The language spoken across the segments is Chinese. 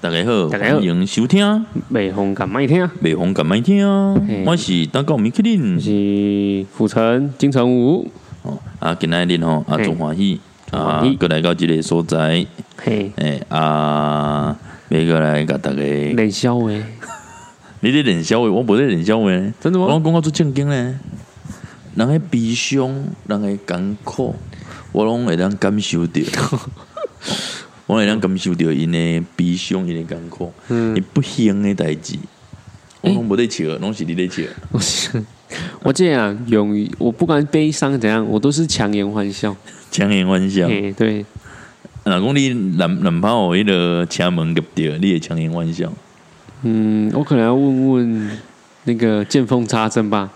大家好，大家好欢迎收听，北红敢麦听啊，北红敢麦听啊嘿，我是蛋糕米克我林是府城金城武，哦啊，今仔日吼啊，嘿真欢喜真啊欢喜，过来到这个所在，嘿，诶啊，要过来甲大家，你冷笑诶，咧冷笑话，我无咧冷笑话呢，真的吗我讲到做正经呢，人诶悲伤，人诶艰苦，我拢会当感受 着。我会当感受着因诶悲伤，因诶艰苦，嗯因不幸诶代志，我拢无咧笑，拢是你咧笑。我是 我这样勇于，我不管悲伤怎样，我都是强颜欢笑，强颜欢笑。嘿，对，若讲你男男朋友迄个车门夹着，你会强颜欢笑。嗯，我可能要问问那个见缝插针吧，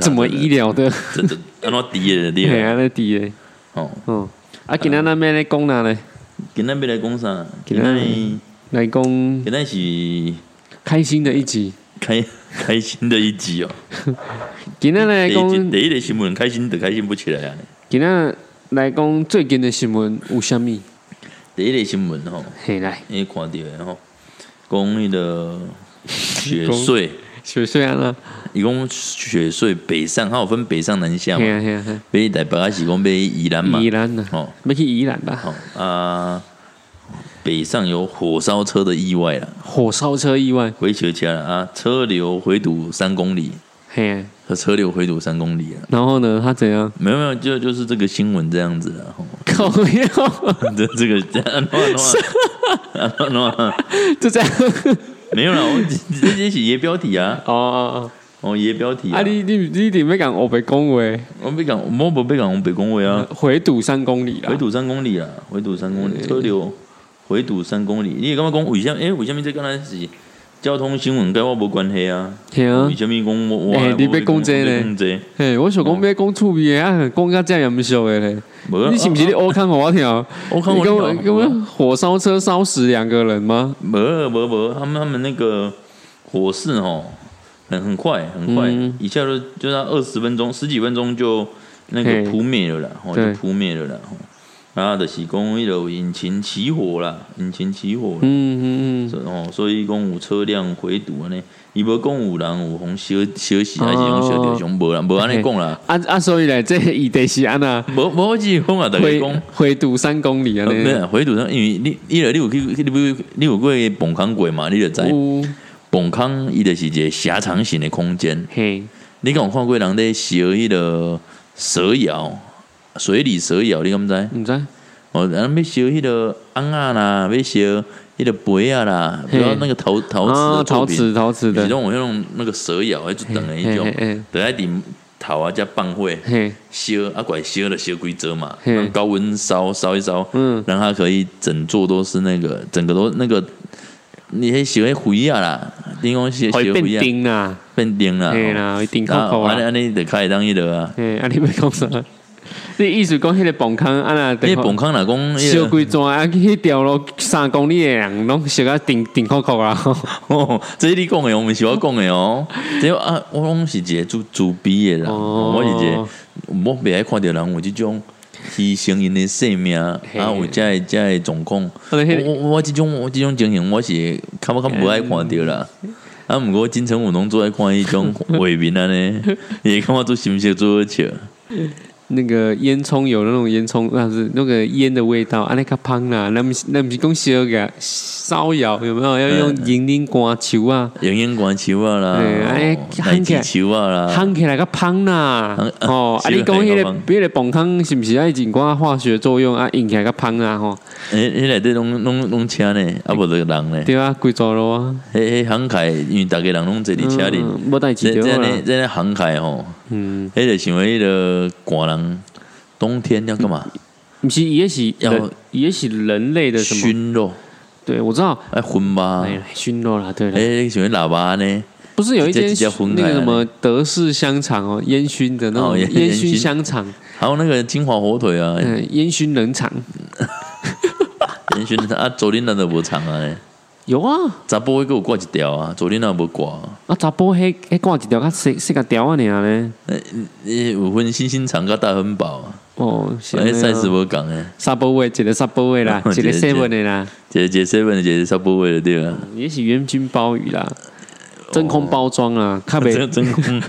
怎么医疗？疗的，这这安怎滴的滴嘿，的？啊那底诶，哦，嗯，啊，今天咱们来讲哪呢？今仔要来讲啥？今今仔仔来讲今仔是开心的一集，开开心的一集哦。今天 来第讲一，集第一个新闻开心的开心不起来啊！今天来讲最近的新闻有啥物？第一个新闻吼，嘿，来，你看到的吼，讲迄个雪 穗，雪穗安啦，伊讲雪穗北上，它有分北上南下嘿嘛。啊嘿啊嘿啊。北台北还是讲北宜兰嘛？宜兰啊呐、哦要去宜兰吧？好啊，北上有火烧车的意外了，火烧车意外，回球家了啊，车流回堵三公里，嘿啊、和车流回堵三公里了。然后呢，他怎样？ 没有没有，就就是这个新闻这样子了。吼靠腰，这这个啊，no 就这样。没有了，我这这是爷标题啊，哦哦哦爷标题哦，啊，啊你你你顶要讲我被恭维，我被讲，我不被讲，我被恭维啊，回堵三公里啦。回堵三公里啊，回堵三公里，车流回堵三公里。你也刚刚讲为什么？哎，为什么这跟咱是交通新闻跟我无关系啊？嘿啊为，什么讲我我？欸我你要讲这我呢要讲这，嘿，我想讲要讲趣味的哦啊，讲到这样严肃的嘞。无啊你是不是你啊欧康给我听？我看你我跟我我跟我火烧车烧死两个人吗？无无无，他们他们那个火势哦，很很快很快，嗯一下就就那二十分钟十几分钟就那个嘿扑灭了啦，哦就对扑灭了啦。吼啊，就是讲迄个引擎起火啦，引擎起火啦。嗯嗯嗯，所以哦，所以讲有车辆回堵安尼，伊无讲有人有红烧烧死，还是讲烧哦着熊无啦，无安尼讲啦，啊啊，所以嘞， 这议题是安那无无只讲啊，大家回讲。回堵三公里啊呃没嘞。有回堵上，因为你你你有去你有你有过蹦康过嘛？你就知有蹦康伊就是一个狭长型的空间。嘿，你敢有看过人咧烧迄个蛇窑，水里蛇窑，你敢知？唔知哦，然后要烧迄个昂啊啦，要烧迄个杯啊啦，比嘿如说那个陶陶瓷啊？的陶作品，瓷陶瓷是的那，种用那个蛇窑，迄就等的迄嘿嘿种嘿，等在顶头啊加放火。嘿，烧啊，拐烧了烧几折嘛，嘿用高温烧烧一烧，嗯让它可以整座都是那个，整个都那个，你迄烧迄灰啊啦，你讲烧烧会变灰啊，丁啦，变丁啦，嘿啦，会丁扣啊，扣安尼啊，安尼就开始当迄落啊，嘿，啊你要讲啥？你意思讲迄个崩坑啊那你崩坑若讲小迄个，规砖啊，迄条路三公里的人拢小啊顶顶扣扣 啦， 哦，这是你讲的，我们是我讲的哦， 这啊，我拢是一个做自卑的啦，哦我是一个，我袂爱看到人有即种牺牲因的性命，啊，嘿有遮的遮的状况。啊那迄我我我即种我即种情形，我是较较无爱看到啦。嗯啊，毋过金城武拢做爱看迄 种画面啊安尼，伊会感觉做心情做好笑。 那个烟囱有那种烟囱，那是那个烟的味道，安尼较香啦，那毋是那毋是讲烧个烧窑有没有？要用银铃刮球啊，永远关树啊啦嘿哎，奶看起子来树啊啦，香起来较香啦香，哦，啊是你讲迄香个香迄个崩坑是毋是爱经过化学作用啊，引起来较香啊吼？诶，迄内底拢拢拢车呢，啊无就是人呢。对啊，规座路啊。迄迄航海，因为逐个人拢坐伫车里，嗯，无代这这志对呢啦。这呢航海吼，嗯，迄就想迄个寒人，冬天要干嘛？不是，也是要人，也是人类的嗯什么？熏啊肉，对，我知道，爱熏吧。哎，熏肉啦，对啦。诶，想迄喇叭呢？不是有一间直接直接分开那了个什么德式香肠哦，烟熏的那哦种烟 烟烟熏熏香肠，还有那个金华火腿啊，嗯，烟熏冷肠严选啊，昨天那都无长啊嘞，有啊，查甫迄个有挂一条啊，昨天那无挂啊，啊，查甫迄啊迄挂一条较细细个条啊，尔咧，呃有分星星肠甲大亨堡啊，哦，是哎，赛事无无共诶，，沙波位，一个沙波位啦一个 一个 seven 的啦，一个一个 seven，一个差不多的对啊。也许原菌鲍鱼啦，真空包装啊，较真袂真空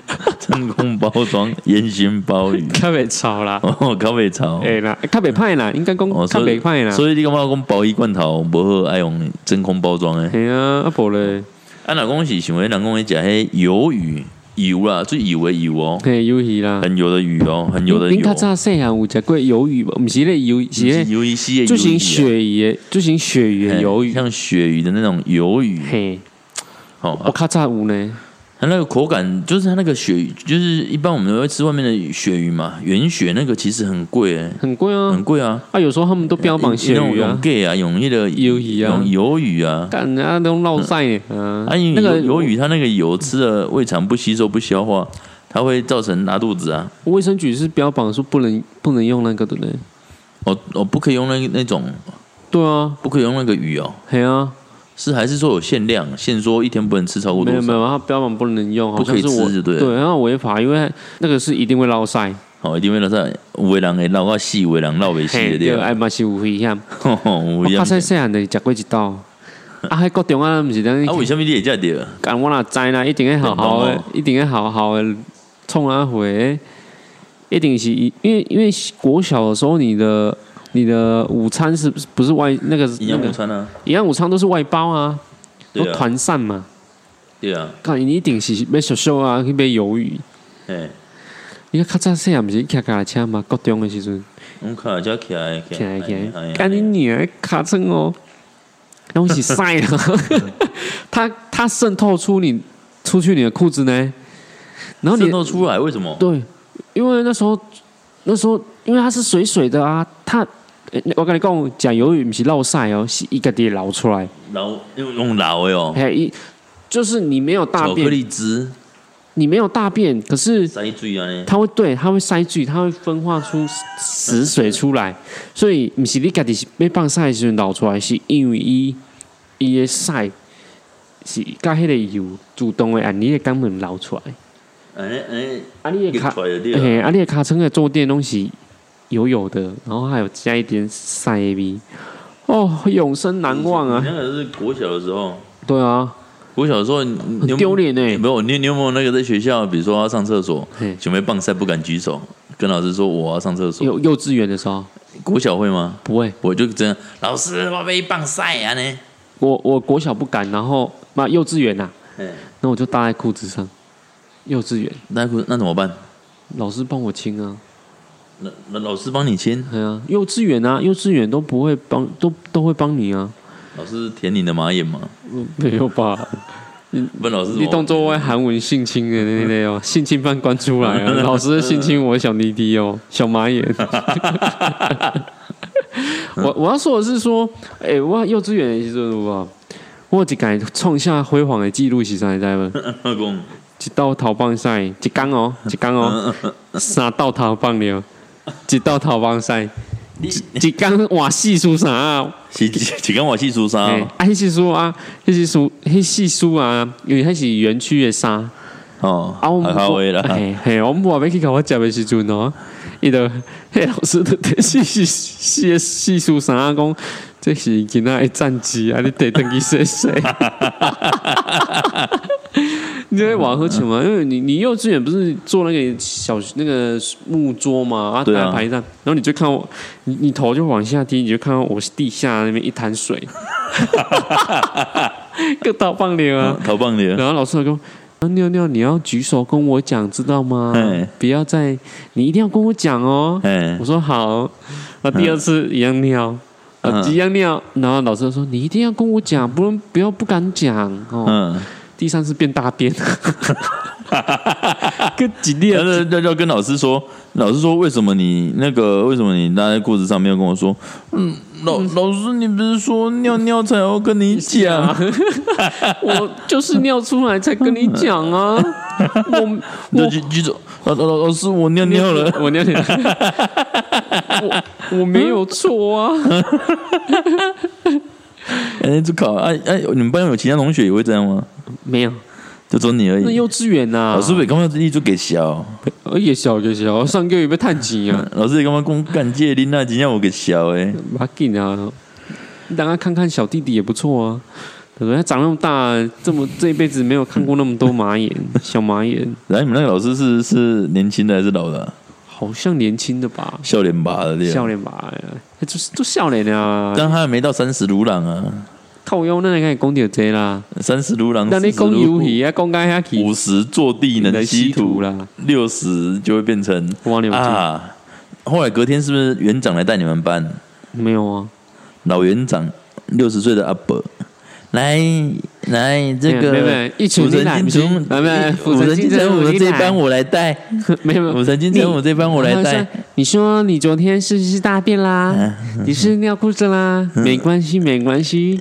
真空包装烟熏鲍鱼，较袂臭啦， 哦，较袂臭。会啦，较袂歹啦，应该讲哦，较所以袂歹啦。所以你感觉讲鲍鱼罐头无好爱用真空包装诶。系啊，啊无咧，啊，若讲是想要人讲伊食迄鱿鱼油啦，最油诶油哦，嘿，鱿鱼啦。很油的鱼哦，很油的恁油较。早细汉有食过鱿鱼无？毋是咧鱿，是不是咧鱿鱼丝的鱿鱼啊，就型鳕鱼的，就型鳕鱼的嘿鱿鱼。像鳕鱼的那种鱿鱼，嘿，哦，我啊较早有呢。它那个口感就是它那个鳕鱼，就是一般我们都会吃外面的鳕鱼嘛，圆鳕那个其实很贵诶，很贵啊很。贵啊。啊，有时候他们都标榜那鳕种鱼用啊， gay 啊，用那个鱿鱼啊用鱿鱼啊。干啊都绕晒呢。啊啊，因为那个鱿鱿鱼它那个油吃了胃肠不吸收不消化，它会造成拉肚子啊。卫生局是标榜说不能不能用那个的呢。哦哦，不可以用那那种，对啊，不可以用那个鱼哦，嘿啊，是还是说有限量，限说一天不能吃超过没多有没少？有，它标榜不能用，好不可像以是我吃就对了对，然后违法，因为那个是一定会绕晒。哦，一定为了在有的人会闹到死，有的人闹未死的嘿，对对，吧？哎嘛是有危险。 吼吼有啊我一较样细细汉就食过一道，啊，迄高中啊，毋是咱啊，为什么你会这对？干我若知啦，一定会好好电的动，一定会好好的冲啊回，一定是因为因为国小的时候你的。你的午餐是不是外那个营那养午个餐啊，营养午餐都是外包啊，都对啊，团膳嘛。对啊，干你一定是买小小啊，去买鱿鱼。哎，你看较早细汉毋是骑脚踏车嘛，高中的时阵我看只起来哎起骑来来骑起来，来，干你女儿卡称哦，那我是晒 了，它它渗透出你出去你的裤子呢，然后你渗透出来为什么？对，因为那时候那时候因为它是水水的啊，它诶我跟你讲，讲鱿鱼不是漏晒哦，是一个己捞出来，然后用用老的哦，还有一就是你没有大巧克便，力汁你没有大便，可是塞水啊呢，它会对它会塞住，它会分化出死水出来，所以不是你家己是被放晒的时候捞出来，是因为伊伊的晒是甲迄个油主动的按啊你的肛门捞出来，安尼安尼啊你给的出来卡。就对了。嘿，啊，你的卡层的坐垫东西油油的，然后还有加一点晒味，哦，永生难忘啊！你那个是国小的时候，对啊，国小的时候你你有很丢脸有呢。没有？你你有没有那个在学校，比如说要上厕所嘿，准备棒赛不敢举手，跟老师说我要上厕所？幼幼稚园的时候国小会吗？不会，我就真的老师我被棒赛啊呢，我我国小不敢，然后嘛幼稚园呐、啊，嗯，那我就搭在裤子上。幼稚园那那怎么办？老师帮我亲啊，那那老师帮你签，对啊，幼稚园啊，幼稚园都不会帮，都都会帮你啊，老师舔你的马眼吗？没有吧？问老师怎你么动作我韩文性侵的那类哦，性侵犯关出来啊！老师性侵我的小弟弟哦，小马眼。 我我要说的是说，哎、我幼稚园的时阵有啊，我一改创下辉煌的记录是啥？你知道吗？讲，一道逃棒赛，一工哦，一工哦，三道逃棒了，一道逃棒赛，你一工哇四输啥啊？是是跟我系出哎、衫啊，迄是输啊，迄是输，迄是输啊，因为迄是园区的沙。哦，啊，我还们好位啦，嘿，嘿，我们话要去甲我食的时阵哦，伊就迄老师就在细细细细数啥讲，这是囡仔的战绩啊，你得等去洗洗。你在玩喝球吗？因为你你幼稚园不是做那个小那个木桌嘛，啊，对啊大排站，然后你就看我，你你头就往下低，你就看到我地下那边一滩水，个大棒流啊！ 好棒 的，然后老师就跟我啊妞妞，你要举手跟我讲，知道吗哎？不要再，你一定要跟我讲哦。哎我，说好。那第二次一样尿，啊嗯一样尿。然后老师就说你一定要跟我讲，不然不要不敢讲哦。嗯，第三次变 大便，跟几列那那那要跟老师说，老师说为什么你那个为什么你拉在裤子上没有跟我说？嗯，老老师你不是说尿尿才要跟你啊讲？我就是尿出来才跟你讲啊。 我那我举举手，老老老师我尿尿了，，我尿尿，我我没有错啊。 啊哎，这考哎哎，你们班有其他同学也会这样吗？没有，就准你而那啊已。幼稚园呐、老师袂感觉你就给笑，呃也小也小，上个月要趁钱啊，老师会感觉讲干这恁那真正有给笑哎诶。不要紧啊，你等下看看小弟弟也不错啊。对不对？他长那么大，这么这一辈子没有看过那么多马眼，小马眼，然后你们那个老师是是年轻的还是老的、啊？好像年轻的吧？笑脸吧的对吧笑。脸吧，哎就是做笑脸啊！但他还没到三十如狼啊，靠腰，那你看讲到这啦，三十如狼，那40你讲如游虎戏啊，讲到遐去，五十坐地能吸土，啦，六十就会变成我忘了啊，啊。后来隔天是不是园长来带你们班？没有啊，老园长六十岁的阿伯，来来这没有没个有，一群五人神来，金城没有没有，五神金城武的这班我来带，没有没有，五神金城武这班我来带。。嗯你说你昨天是不是大便啦？嗯你是尿裤子啦？没关系，没 关系。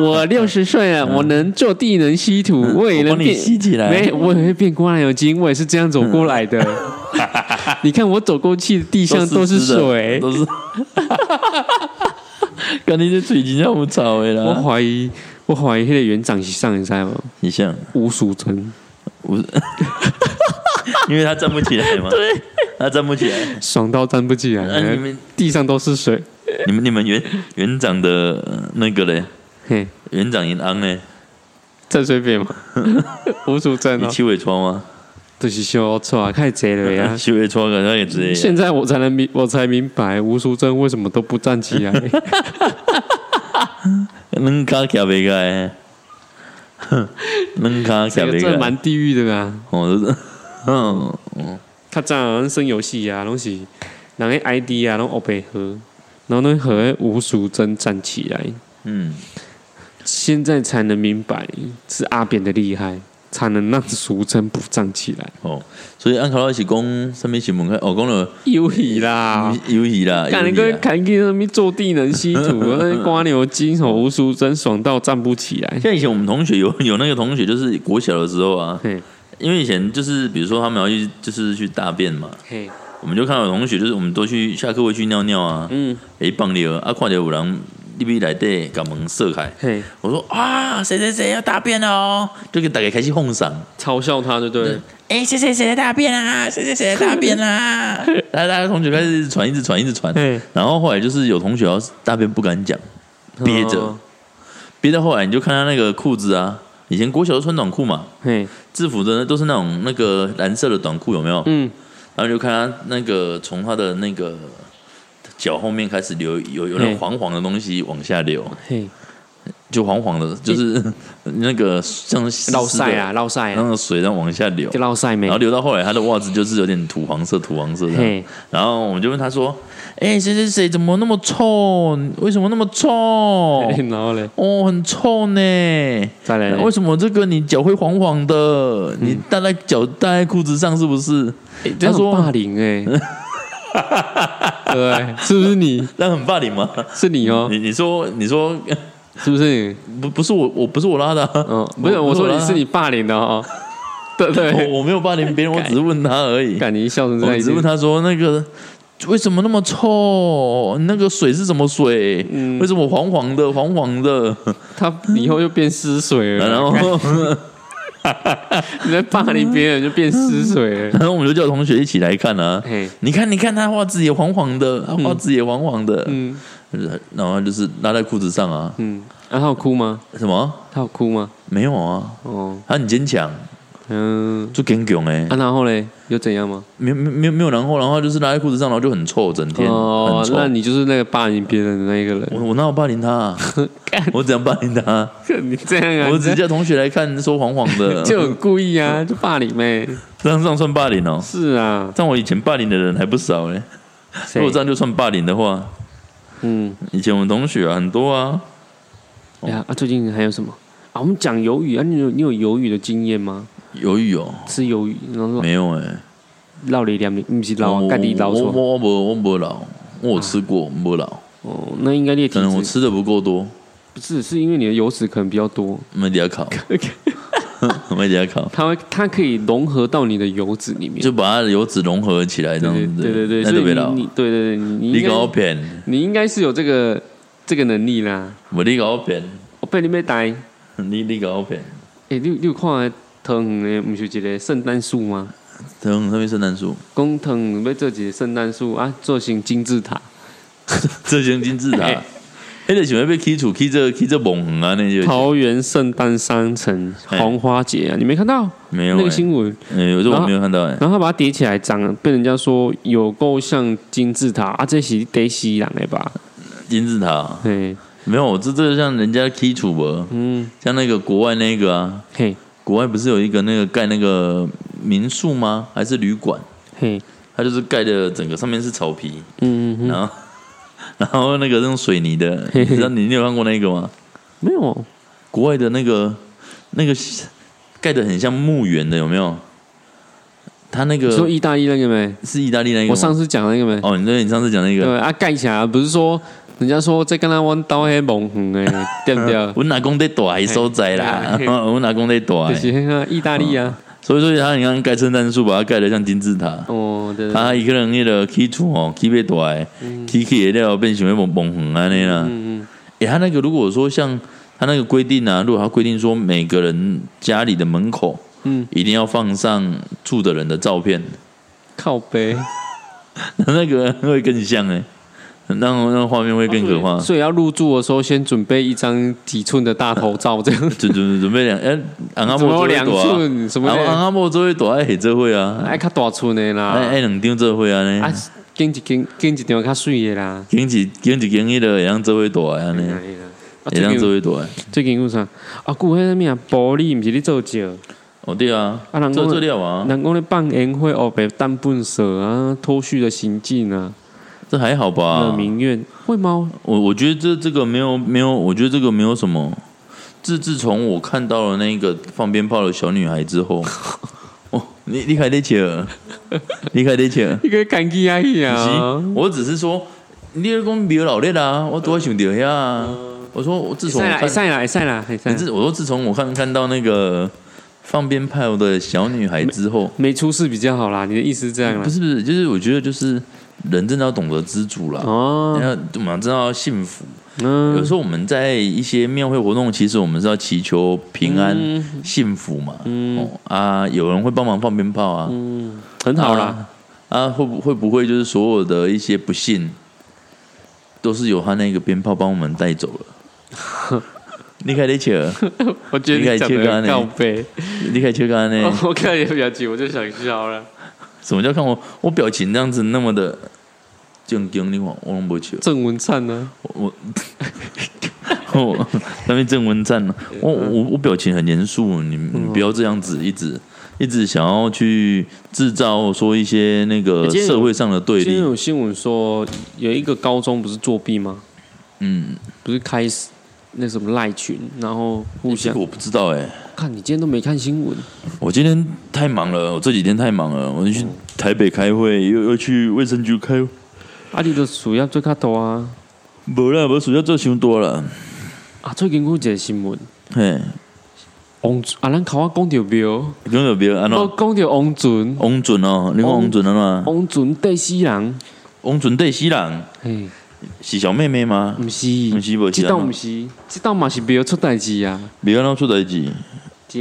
我六十岁了，我能坐地，能吸土，我也嗯我能帮你变吸起来没，我也会变过来有精，我也是这样走过来的。 你看我走过去的地上都是湿的水，都嗯 是。肯定是最近让我吵的啦。我怀疑，我怀疑那个园长是上人赛吗？你像，吴淑珍， 因为他站不起来嘛，对，他站不起来。爽到站不起来，那你们、地上都是水。你们、你们园园长的呃那个嘞，嘿，园长银安嘞，在水边 吗？吴淑珍你哦，七尾川吗？就是小错，太贼了呀！七啊尾川好像也直接。现在我才能明，我才明白吴淑珍为什么都不站起 来。两脚徛袂开， 两脚这徛个袂真的开。蛮地狱的啦。哦，就是嗯， 哦较早好像生游戏啊，拢是人的 ID 啊，拢黑白合，然后呢和吴淑珍站起来。嗯，现在才能明白是阿扁的厉害，才能让淑珍不站起来。哦，所以按考老师讲，上面新闻开，哦，讲了有戏啦！游戏啦，啊干游你戏个啦。砍去那边坐地能吸 土，那刮牛筋，吼吴淑珍爽到站不起来。像以前我们同学有 有那个同学，就是国小的时候啊，嘿，因为以前就是比如说他们要去就是去大便嘛，嘿，我们就看到有同学就是我们都去下课会去尿尿啊，嗯，诶，放尿啊，看到有人入边来底把门射开，嘿，我说啊，谁谁谁要大便了哦，就给大家开始哄嗓。嘲笑他就对了。哎、谁谁谁的大便啊，谁谁谁的大便啊， 大家大家同学开始一直传，一直传，一直传嗯，然后后来就是有同学要大便不敢讲，憋着哦，憋到后来你就看他那个裤子啊，以前国小都穿短裤嘛，嘿，制服的都是那种那个蓝色的短裤有没有？嗯，然后就看他那个从他的那个脚后面开始流，有有那种嗯黄黄的东西往下流，嘿，就黄黄的，就是 那个像湿湿的绕晒，啊，绕晒那啊，个水在往下流就。绕晒没然后。流到后来，他的袜子就是有点土黄色、土黄色的。嘿，然后我们就问他说：“哎、谁谁谁怎么那么臭？为什么那么 臭？然后嘞，哦，很臭呢。再来嘞，为什么这个你脚会黄黄的？你戴在脚戴在裤子上是不是？诶这他种说霸凌 哎，对，是不是你？那很霸凌吗？是你哦，你你说你说 是不是你？不不是我我不是我拉的、啊，嗯，不是，我说拉你的啊哦是你霸凌的哦， 对对，我我没有霸凌 别人，我只是问他而已。感觉笑成这我样，只是问他说那个为什么那么臭？那个水是什么水？嗯为什么黄黄的黄黄 的？他以后就变失水了，然后你在霸凌别人就变失水 了， 然后我们就叫同学一起来看啊。嘿，你看，你看他袜子也黄黄的，他袜子也黄黄的，嗯然后就是拉在裤子上啊，嗯，啊，他有哭吗？什么他有哭吗？没有啊？哦，他很坚强，嗯，就坚强哎啊，，然后嘞，又怎样吗？没有没有没有没有然后，然后就是拉在裤子上，然后就很臭，整天很哦，臭。那你就是那个霸凌别人的那一个人。我我哪有霸凌他、 啊？我怎样霸凌他、你这样啊，我你只这叫同学来看，说黄黄的， 就很故意啊，就霸凌呗。这样这样算霸凌哦。是啊，但我以前霸凌的人还不少嘞。如谁果这？样就算霸凌的话，嗯，以前我们同学啊很多啊，哎呀，啊，最近还有什么啊？我们讲鱿鱼啊，你有你有鱿鱼的经验吗？鱿鱼哦，吃鱿鱼，然后没有哎、绕了一两米，不是绕啊，我盖地绕我错。我我没我没老，我有吃过没老，哦，那应该你的可能我体质吃的不够多，不是，是因为你的油脂可能比较多，没底下 烤， 没底下烤，它会它可以融合到你的油脂里面。就把它的油脂融合起来这样对子，对对对，那所就以别老。你你对对对，你你应给我该骗，你应该是有这个这个能力啦。哦我你给我骗，我被你被逮。你你给我骗，诶、你你有看汤圆的，毋是有一个圣诞树吗？等上面圣诞树，讲汤圆要做一个圣诞树啊，做成金字塔。 这型金字哎塔，哎迄个想要被起厝起这起这梦园啊，那就桃园圣诞商城哎红花节啊，你没看到没有那哎个新啊闻？哎，我说我没有看到哎，然后他把它叠起来，长被人家说有够像金字塔啊，这是得西人的吧？金字塔对，没有，这这像人家基础吧，嗯，像那个国外那个啊，嘿，国外不是有一个那个盖那个民宿吗？还是旅馆？嘿，它就是盖的整个上面是草皮，嗯，嗯嗯然后 然后那个用水泥 的，嘿你嘿知道你你有看过那个吗？没有，国外的那个那个盖的很像墓园的，有没有？它那你说个意大利那个呃没？是意大利那个吗我上次讲那个没？哦，你对你上次讲那个，对啊，盖起来不是说人家说在跟他弯刀黑蒙红 哎，对不对？我阿公在大还收窄啊啦， 嘿我阿公在大就，是那个意大利啊，所以说他你看盖圣诞树，把它盖得像金字塔。哦，对，对他一个人迄个哦起厝吼，起袂大的，起起的了变想要蒙蒙红安尼啦。嗯嗯，诶，他那个如果说像他那个规定啊，如果他规定说每个人家里的门口，嗯，一定要放上住的人的照片，靠背 那那个会更像哎、欸，那那画面会更可怕。所以要入住的时候先准备一张几寸的大头照，这 样准准准备两哎，昂阿怎么莫做有两会寸？什大啊，么昂的？阿莫做会大爱黑这会啊，爱较大寸的啦，爱爱两张这会啊啊呢，，拣一拣拣一张较水的啦。经济经济经济的会当这会大啊呢，啊会最当这近会大的。最近有啥？啊，古迄个物啊，玻璃毋是咧做石，哦对啊，啊人做讲做料啊，人讲咧放烟哦火、黑白蛋粪蛇啊、脱序的行径啊、这还好惹吧？民怨，会吗？我我觉得这这个没有没有，我觉得这个没有什么。自自从我看到了那个放鞭炮的小女孩之 后，哦，你你开得切尔，你开得切尔。你个干起啊去啊！是，我只是说，你咧讲庙老烈啊，我多想到遐啊。我说，我自会从我嗯使啦，会看，使啦，会使啦，会你使。自我说自从我看看到那个放鞭炮的小女孩之后，没出事比较好啦，你的意思是这样啦不？是不是，就是我觉得就是人真的要懂得知足啦，哦，要我们真的要幸福。有嗯时候我们在一些庙会活动，其实我们是要祈求平安、嗯幸福嘛。哦啊，有人会帮忙放鞭炮啊，嗯，很好啦。啊，会不会不会就是所有的一些不幸，都是由他那个鞭炮帮我们带走了？ 你开得 切，我觉得你讲啊你嗯自己去干的很靠呢背，你开切干呢？ 我看你的表情我就想笑了。什么叫看我我表情这样子那么的正经？你看我拢不 笑，郑文灿呢？我我哦我那边郑文灿呢？我我我表情很严肃，你嗯你不要这样子一直。一直想要去制造说一些那个哎今天有社会上的对今天立，有新闻说，有一个高中不是作弊吗？嗯，不是开始那什么赖群，然后互这相个我不知道哎、看。你今天都没看新闻，我今天太忙了，我这几天太忙了，我去台北开会，又又去卫生局开，啊，你的暑假最卡多啊！无啦，无暑假做伤多了，啊，最近有一个新闻，嘿，王俊啊，咱考我讲到庙，讲到别安怎我讲到王俊，王准哦，你看王准安怎？王俊对西人，王准对西人嘿，是小妹妹吗？不是，哎不是不是这道安怎不是，这道嘛是庙出代志啊！别安怎出代志？一个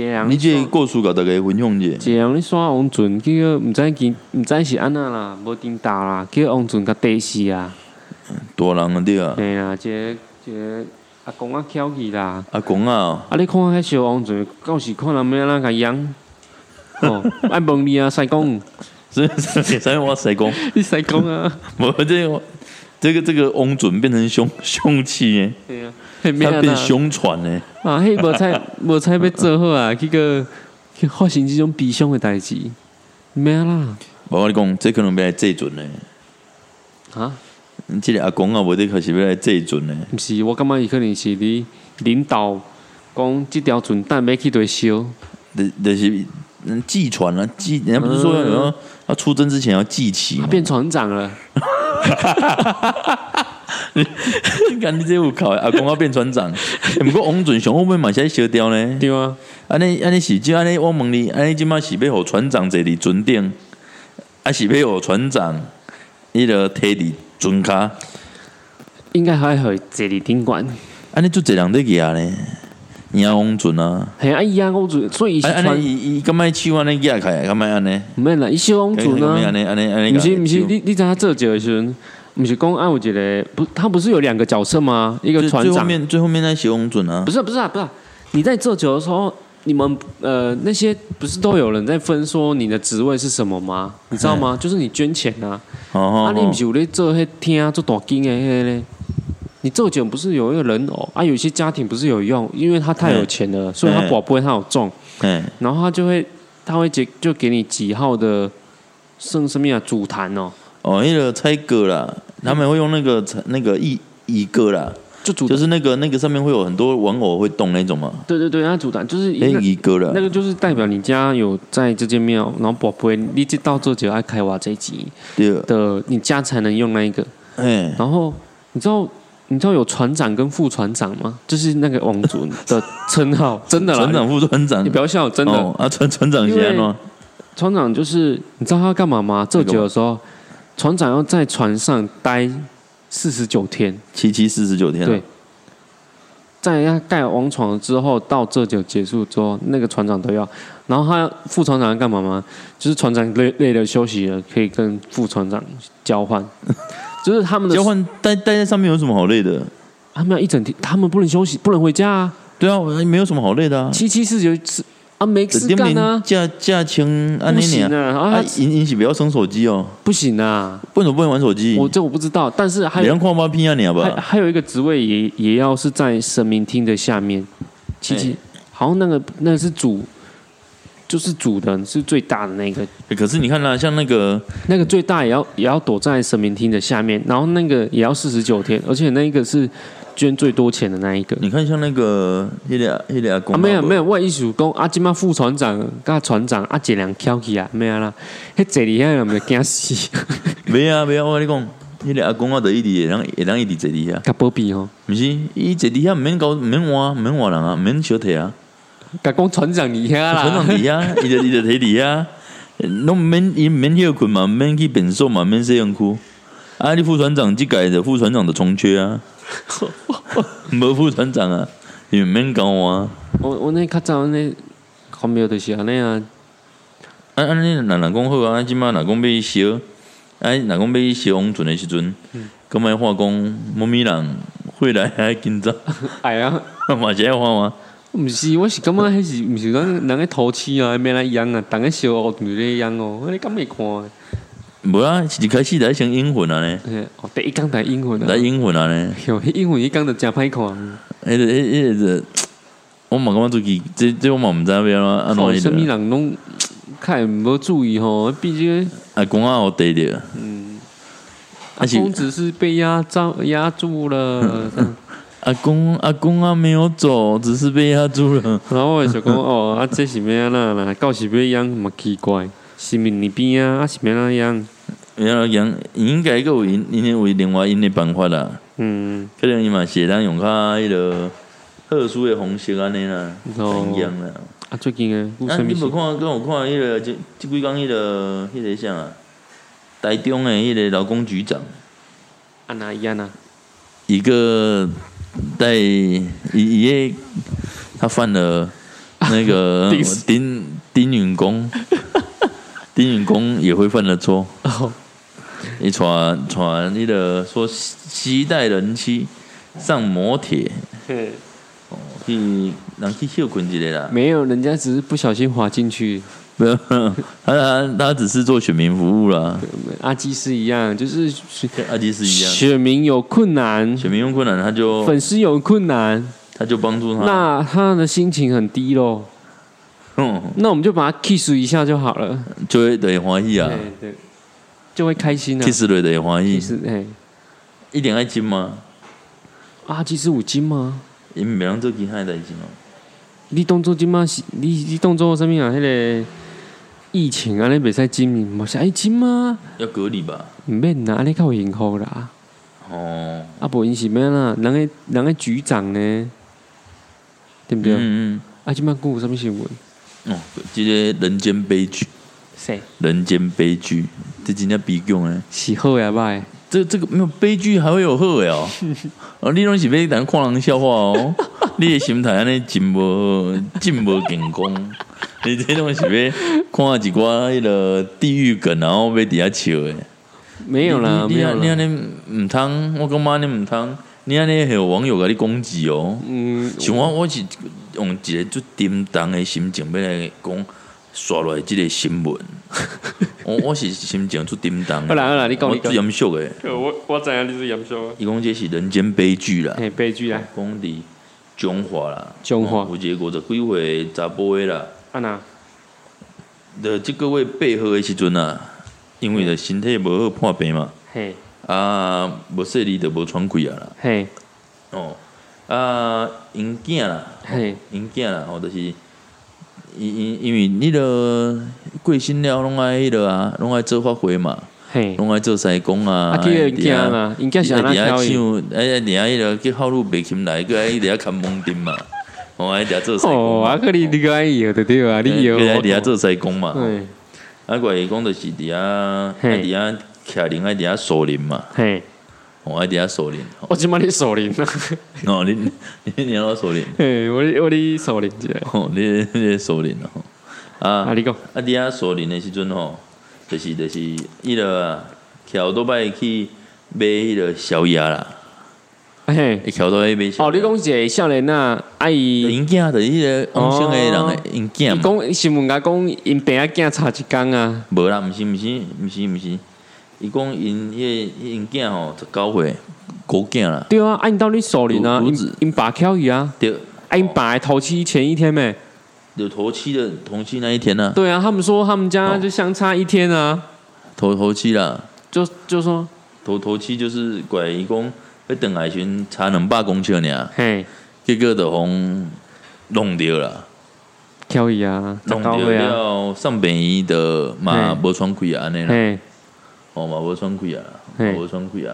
人你这个故事甲大家分享者，一个人咧耍王俊，结果毋知见，毋知是安那啦，无顶打啦，结果王俊甲地死啊，大人啊对啊，嘿啦，一个一个阿公啊翘去啦，阿公啊，啊你看迄小王俊，到时看人要安怎甲养， 哦，爱问你啊，西公，所以所以所以我才讲，你西公啊，我这个这个这个王准变成凶凶器耶，嘿啊，他迄免变啊，凶传耶，啊，迄无 采无采要做好啊，结果去发生即种悲伤的代志，免啦，我跟你讲，这可能要来这准呢。啊，即个阿公啊，无得开始要来这阵呢。毋是，我感觉伊可能是你领导讲即条船等要去对烧。得得是嗯继传啊，继人家不是说嗯有要要出征之前要祭旗他吗？变船长了， 干你这有考阿公要变船长，欸不过王准雄会不会嘛？现在烧掉呢？对啊，安尼安尼是就安尼，我问你，安尼即马是要互船长坐伫船顶，还是要互船长迄个摕伫船骹？应该还会坐伫顶管。安尼就一人在举呢，牙红准啊，系啊，伊啊，公主，所以伊是哎，安传，尼伊伊敢若手安尼举开，敢若安尼，毋免啦，伊小公主呢？安尼安尼安尼，啊不是不是，你你知道他这节的时候，不是公安有一个不，他不是有两个角色吗？一个最船最后长，面最后面那小红准啊不，是不是啊不是啊，你在这节的时候，你们呃那些不是都有人在分说你的职位是什么吗？你知道吗？就是你捐钱啊，哦哦啊你不哦是有咧做迄天做大金的迄个咧。你做钱不是有一个人偶啊？有些家庭不是有用，因为他太有钱了，所以他嗯宝贝他有中，嘿，然后他就会他会给就给你几号的圣什么啊主坛哦，哦，那个猜歌啦，他们会用那个猜那个一一个啦，就主就是那个那个上面会有很多玩偶会动那种嘛，对对对，那主打就是哎，那一个啦那，个就是代表你家有在这间庙，然后宝贝，你这到这就爱开挖这一集对，的，你家才能用那一个。哎，然后你知道你知道有船长跟副船长吗？就是那个王族的称 号，真的啦，船长副船长你不，要笑，真的。哦啊船船长先安咯，船长就是你知道他要干嘛吗？这酒的时候，船长要在船上待四十九天，七七四十九天啊，对在他盖王床之后，到这就结束之后，那个船长都要。然后他副船长要干嘛吗？就是船长累累了休息了，可以跟副船长交换， 就是他们的交，换待待在上面有什么好累的？他们要一整天，他们不能休息，不能回家啊，对啊，没有什么好累的啊，七七四九四啊，没整事天干明啊，假假清安不尼行尔，啊，啊啊，引引起不要生手机哦，不行啊，为什么不能玩手机？我这我不知道，但是还你有让矿巴拼啊你好还吧？还有一个职位也也要是在神明厅的下面，七七，哎好像那个那个是主，就是主人是最大的那个。欸可是你看啦，像那个那个最大也要也要躲在神明厅的下面，然后那个也要四十九天，而且那一个是捐最多钱的那一个。你看像那个迄个迄个阿公啊，没有没有，有，我意思讲，啊，即马副船长、甲船长啊，一人翘起啊，咩啦？迄坐里遐人就惊死， 没啊没啊，我跟你讲，迄个阿公啊，就一直会当会当一直坐底下，甲保庇吼，毋是伊坐底下毋免搞毋免换啊毋免换人啊，毋免小腿啊，甲讲船长里遐啦，船长底下，伊就伊就提底下，拢毋免伊毋免休困嘛，毋免去便所嘛，毋免洗身躯。啊，你副船长即届的副船长的重缺 啊，无副船长啊，伊毋免讲我啊。 我我那较早那看庙就是安尼啊，啊啊，你若若讲好啊，即摆若讲要烧，啊若讲要烧王船的时阵，嗯咁咪话讲，某咪人会来还紧张，哎呀，嘛是爱话嘛。毋是，我是感觉迄是毋是咱人个土气啊，咩来养啊，逐个烧乌就咧养哦，我你敢袂看的？无啊，是一开始来先英魂啊呢，嘿哦，第一工台英文啊来。英啊魂啊呢，哟，迄英文迄讲就真歹看，迄个迄个，我嘛感觉自己，这这我嘛毋知要安怎安看怎哦什物迄个，人拢较会无注意吼，毕竟啊讲啊有地着，阿啊是嗯公只是被压遭压 住了，这样阿公阿公啊没有走，只是被压住了。 然后我就想讲哦，啊这是咩啦啦，到时要养嘛奇怪，是毋是你边啊，啊是咩啦养，然后讲，应该个有因因为另外因的办法啦。嗯，可能伊嘛是会当用较迄落特殊的方式安尼啦，哦怎样啦？啊最近诶，有啊，啥你物无事？看，跟有看迄落即即几工迄落迄个啥啊？台中的迄个劳工局长，啊哪一样啊？一个在伊伊个他犯了那 个丁死丁丁允 恭，丁允恭也会犯了错，哦，伊传传迄个说西代人妻上摩铁。嘿去人去休困一下啦。没有，人家只是不小心滑进去，没有，他他他只是做选民服务啦，阿基斯一样，就是选跟阿基斯一样。选民有困难，选民用困难，他就粉丝有困难。他就帮助他。那他的心情很低喽，嗯，那我们就把他 kiss 一下就好了， 就会就会欢喜啊对对，就会开心了、啊。 ，kiss 了就会欢喜。 kiss 哎一点爱金吗？啊，kiss 五金吗？因袂人做其他的代哦志嘛。你当做金吗？是你你当做什么啊？迄、个疫情啊安尼袂使金，嘛是爱哎金吗？要隔离吧？毋免啦，安尼较有幸福啦。哦，啊，无因是咩啦？人诶人诶局长呢？对不对？嗯啊，即摆佫有啥物新闻？嗯，哦，这个人间悲剧，谁人间悲剧，这真正悲剧诶。是好也歹？这这个没有悲剧还会有好的哦，哦，你拢是要等看人笑话哦，你的心态安尼真无真无健康，你这拢是要看一寡迄个地狱梗，然后要底下笑的。没有啦，你没有你安啦。尼毋通，我感觉你毋通，你安尼会有网友甲你攻击哦。嗯，像我我是用一个最沉重的心情要来讲刷落来即个新闻，我我是心情最沉重的。好啦好啦你讲我你讲最严肃的。我我知影你是严肃。伊讲这是人间悲剧啦，嘿，悲剧啦，讲伫中华啦，中华有一个五十几岁的查甫的啦，啊那，着即个月八号的时阵啊，因为着身体无好破病嘛，嘿，啊，无说你着无喘气啊啦，嘿，哦，啊，因囝啦，嘿，因囝啦，吼、就是因因因为你个过身了，拢爱迄落啊，拢爱做发挥嘛，嘿，拢爱做西工啊，啊，叫爱因伫遐囝嘛，因伊囝是安那伫遐挑伊。唱，哎，伫遐迄个去号路白琴来，个爱伫遐看蒙丁嘛，吼，爱伫遐做西哦，工嘛，哎啊，可你你个爱摇的对啊，你摇。个爱伫遐做西工嘛，嘿，啊，我伊讲就是伫遐，爱嗯嘿伫遐徛林，爱啊伫遐树林嘛，哦啊嘿，吼，爱伫遐树林，吼哦 我即满咧手林啊，哦，你你你要树林， 嘿，我咧我咧手林一下。吼，你你树林吼，啊啊，你讲，啊，伫遐锁林的时阵吼，就是就是迄落啊，桥倒摆去买迄落宵夜啦，嘿，桥倒摆买宵哦，夜。你讲一个少年啊，啊伊，因囝就是迄个往生的人的因囝伊嘛，讲新闻甲讲，因爸仔囝差一工啊，无啦，毋是毋是毋是毋是，伊讲因迄个因囝吼十九岁，孤囝啦，对啊，啊因到底手林啊，独独因子因爸挑伊啊，着啊因爸的头七前一天没。着头七的头七那一天啦，对啊，他们说他们家就相差一天啊，头头七啦，就就说，头头七就是怪伊讲要等来时阵差两百公尺尔，嘿，结果着互弄着啦。挑伊啊，弄糟着糕的啊，了上便宜的嘛，嘿无喘气啊安尼啦，嘿，哦嘛无喘气啊，嘿嘛无喘气啊。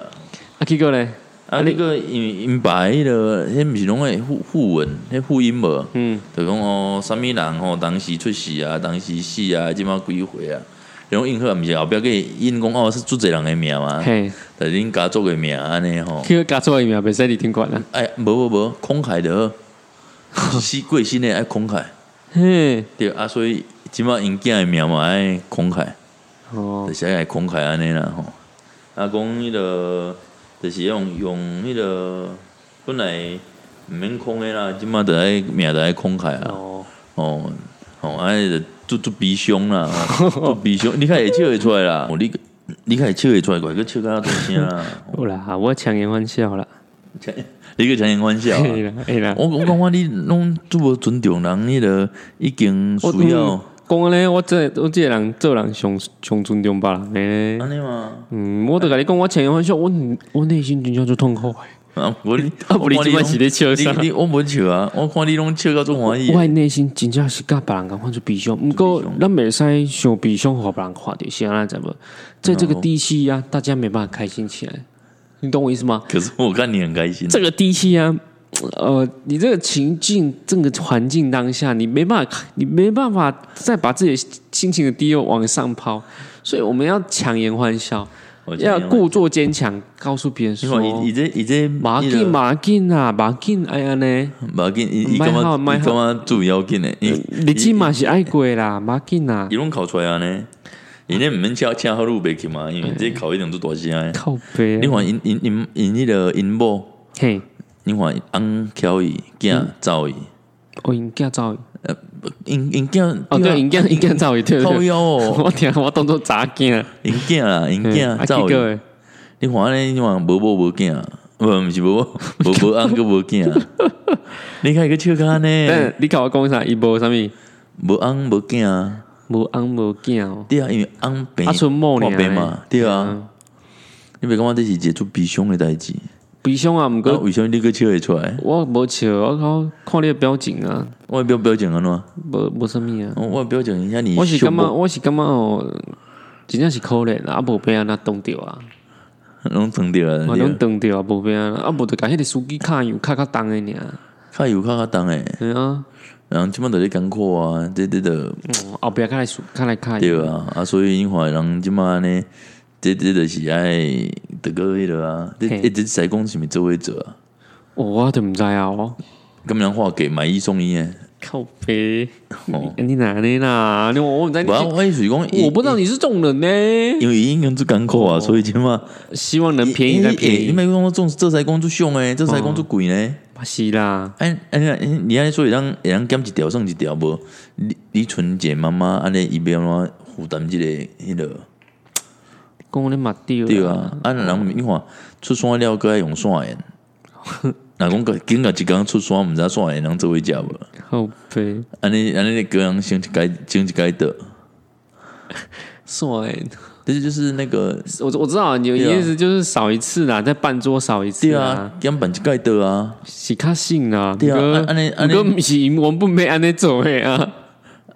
啊，结果咧，啊，那个因为因爸迄个，迄毋是拢会互互文，迄互音无，嗯，就讲哦，啥物人吼，当时出世啊，当时死啊，即马几岁啊，然后因好毋是后壁计因讲哦是足侪人的名嘛，嘿，就是恁家族的名安尼吼，结果加错伊名，袂使你顶管啊，哎，无无无，慷慨的，死过身的爱慷慨，嘿，对啊，所以即马因囝的名嘛爱慷慨。哦就，是爱慷慨安尼啦吼。啊，讲迄落就是用用迄落本来毋免空的啦，即马着爱命着爱慷慨啊。哦，哦哦，安尼着做做悲伤 啦，吼做悲伤，你较会笑会出来啦。哦，你你较会笑会出来，怪个笑到大声啦。 好啦，我强颜欢笑啦，你啊个强颜欢笑啊。 嘿啦，嘿啦，我我感觉你拢做无尊重人，迄落已经需要嗯讲安尼，我这我这个人做人上上尊重别人诶。安尼嘛。嗯，我都甲你讲，我强颜欢笑，我很我内心真正就痛苦诶，啊，我你 啊不然我看你现在拢是在笑啥你你我无笑啊，我看你拢笑到足欢喜的。啊我的内心真正是甲别人共款做悲伤，毋过咱袂使想悲伤，互别人看着是安怎知无？在这个低气压，大家没办法开心起来，你懂我意思吗？可是我看你很开心。啊这个低气压，呃，你这个情境、这个环境当下，你没办法，你没办法再把自己的心情的低落往上抛，所以我们要强颜欢笑，我今天要故作坚强，告诉别人因为说伊伊这伊这马紧马紧啊，马紧哎安尼。 马紧，伊伊不干要嘛好不要伊干嘛注意要紧呢？伊日子嘛是爱过啦，马紧啊伊，拢考出来啊呢，伊那毋免请请好路白去嘛，因为这考一定做大声的。靠背啊你。看因因因因迄个因某，嘿，哦你看翁巧伊囝走伊，哦，因囝走，因因囝哦对，因囝因囝走伊 对靠对。腰哦，我听我当做查 囝，因囝啦，因嗯啊囝结走果伊。诶，你看安尼，你看无某无囝，无毋是无某无无翁个无囝，你看伊个笑甲安尼，但你甲我讲啥？伊无啥物，无翁无囝。无翁无囝哦，对啊，因为翁病啊剩某尔看病嘛，对啊。你袂感觉这是一个做悲伤的代志？悲伤啊，毋啊，过为什么你个笑会出来？我无笑，我靠看你的表情啊，我的表表情安怎样？无无啥物啊。哦我的表情遐尼我是感寂觉，寞我是感觉哦，真正是可怜啊，啊无被安那挡着啊，拢疼着啊啊，对拢啊，挡着啊，无被安啊，无就甲迄个司机卡油卡较重诶尔，较有较较重诶，对啊，然后即摆在咧艰苦啊，这这的嗯后壁较来较来卡油啊对。啊，啊，所以你看人即摆安尼，这这就是爱得个迄落啊，你嘿一直在讲是毋是做伙做啊？哦，我都毋知啊，我咁人话给买一送一诶，靠背，哦，你哪里啦？你我我不知不然道我意思是讲，你，我不知道你是这种人呢。因为因经足艰苦啊，所以即嘛希望能便宜再便你宜，哦咪讲做这才讲做上诶，这才讲做贵呢。巴西啦，哎哎，你你安尼说会当会当减一条算一条无？你你纯姐妈妈安尼伊要安怎负担即个迄落？讲你嘛对啦对啊，啊人你看出山了个爱用线诶。若讲个紧个一工出山，毋知线诶人做伙食无？靠背，安尼安尼，个人先一改，先一改的，算了。但是就是那个我我知道你的对啊意思就是少一次啦，在半桌少一次对啊，，样板一改的啊，是较性啦，对啊不过啊安尼安尼不过不是我们不没安尼做的啊，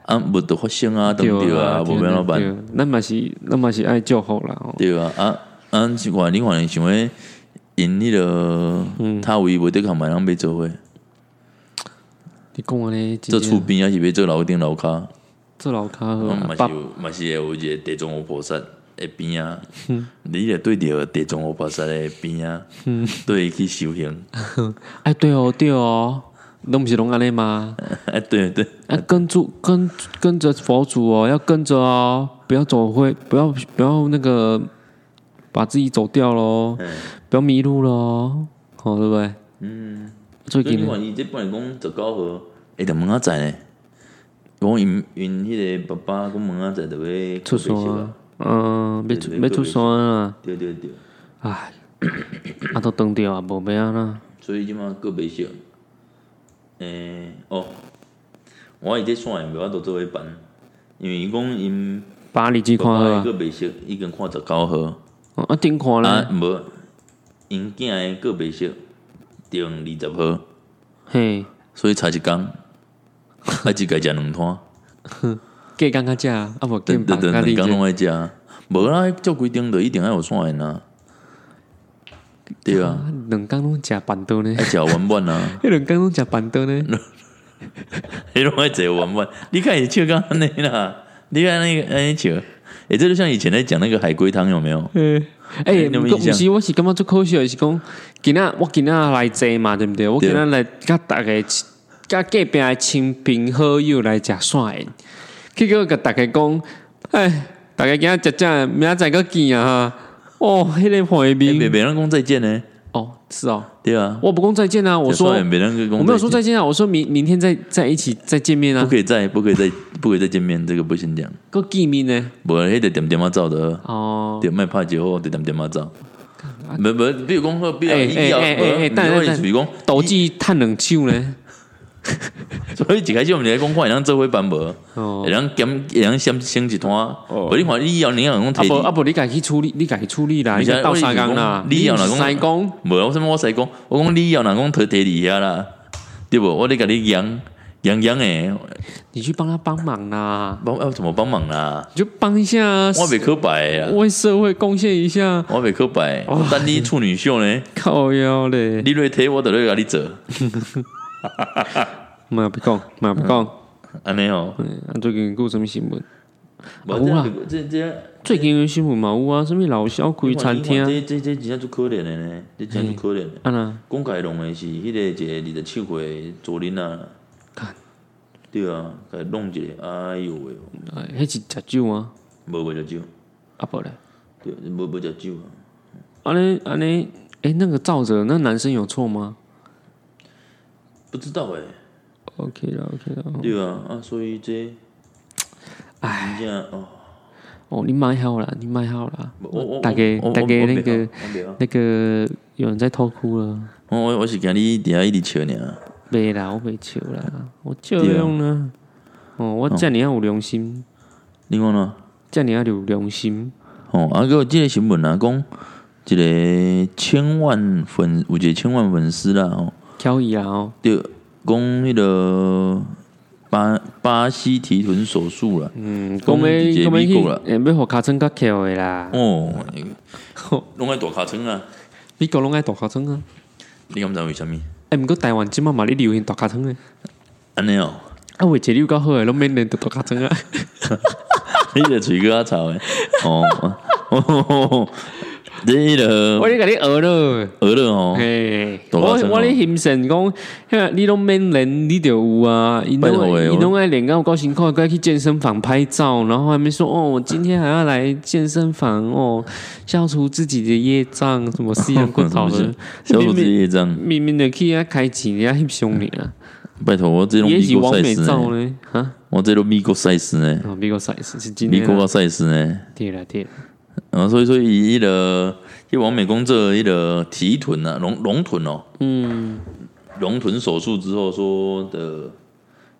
啊，无得发生啊，对不对啊？无变老对板，啊咱嘛是咱嘛是爱祝福啦，哦对啊，啊啊，是看你看想要因迄个他唯一袂得看买人买做伙，你讲安尼，做真厝正边还是要做楼顶楼骹，做老卡好啊啊嘛，是爸有嘛是会有一个地藏王菩萨的边啊，你也对着地藏王菩萨的边啊，对伊去修行， 哎对哦对哦，拢不是拢安尼吗？哎对对，啊跟住跟跟着佛祖哦，要跟着哦，不要走会不要不要那个把自己走掉喽，不要迷路喽，好对不对？嗯，最所以近你呢看伊这本来讲十九号，会着问仔载呢。讲因因迄个爸爸讲问仔载着要出山啊，嗯，要出要出山啊，对对对，唉，啊都断掉啊，无咩啊啦，所以即马个袂熟。诶、哦，我伊这线的袂法度做伙办，因为伊讲因巴黎去看好爸啊个，袂熟，已经看十九号，哦啊顶看啊咧，无，因囝的个袂熟，定二十号，嘿，所以差一 工，啊一家食两摊。计讲较遮啊，啊无等见等等，房价两哩工拢爱食，无啦，照规定就一定要有线的啊。对啊， 啊两工拢食板凳呢爱，食圆板啊，迄两工拢食板凳呢，迄拢爱坐圆板。你看伊笑到安尼啦，你看那个安尼笑，诶、这就像以前在讲那个海龟汤有没有？嘿你 哎，有毋没过有毋印象是，我是感觉最可惜的是讲，今仔我今仔来坐嘛，对毋对？我对今仔来甲逐个甲隔壁的亲朋好友来食涮的，结果甲逐个讲，哎，逐个今仔食食，明仔载搁见啊哈！哦，迄、个画诶别面，别人讲再见呢，哦，是哦，对啊。我不共再见啊，我说别人跟我没有说再见啊，我说明明天再再一起再见面不啊，可以再不可以再不可以再见面，这个不行讲。搁见面呢，无迄个点点啊走的，哦，啊点卖拍招呼，就点点啊走。无无，比如讲好，比如哎以后，哎哎哎哎等无，等你等属于讲斗技探冷手呢，所以一开始我们就在讲看会人做伙办无，哦会。人减会人先先一摊，无你看你以后你要讲啊提无啊无，你家去处理，你家去处理啦，不你是啊到我意思三工啦讲，你要不是若讲三工，无我什么我才讲，我讲你以后若讲提提二遐啦，对无？我咧甲你养养养诶，你去帮他帮忙啦，帮要怎么帮忙啦？你就帮一下啊，我袂可白啊，为社会贡献一下，我袂可白，我等你处女秀呢，靠腰嘞，你来提我就来甲你做，嘛不讲嘛不讲，安尼哦。嗯啊最近有什么新闻？无有啊这这这最近有新闻嘛有啊，什么老小开你看餐厅你看这这这真正足可怜诶呢，这真正足可怜的。啊呐，讲起来弄的是迄个一个二十七岁的左林啊干，对啊，甲弄一个，哎哟喂，哎迄是食酒啊，无袂食酒，啊不嘞，对，无袂食酒啊。安尼安尼，哎那个照着那男生有错吗不知道诶、 ？OK 啦 OK 啦，对啊，啊，所以这，哎，真正哦，哦你买好啦你买好啦我我，大概我我大概我那个我。袂晓那个有人在偷哭了。我我我是惊你伫遐一直笑尔，袂啦，我袂笑啦，我照样啦。哦，我遮尔啊有良心，你看喏，遮尔啊有良心。吼、啊，还有即个新闻啊，讲一个千万粉，有一个千万粉丝啦，吼、挑伊啊哦，对，讲迄个巴巴西提臀手术啦，嗯，讲讲要是一个讲美国要啦去，欸要互尻川甲翘的啦。哦，拢爱大尻川啊！美国拢爱大尻川啊，你敢知为虾物？哎，毋过台湾即满嘛咧流行大尻川的，安尼哦，啊，有一个有够好的，拢免练着大尻川啊。你个嘴哥啊臭诶！哦，哦，你个我咧甲你学咯。鹅了哦，嘿，大学我生哦我咧心神讲，遐你拢免练，你就有啊。伊拜托拢的伊拢爱练到够辛苦，该去健身房拍照，然后还没说哦，我今天还要来健身房哦，消除自己的业障，什么西洋骨头什么 的，小组织业障，明明就去遐开钱，人家翕相你啊，拜托我这种也美是国完赛美事照呢，呢啊，我这种美国赛事呢，哦，美国赛事是今美天国啊，的赛事呢，对啦对啦，啊，所以说伊迄个，迄完美工作迄个提臀啊，龙龙臀哦，嗯，龙臀手术之后说的，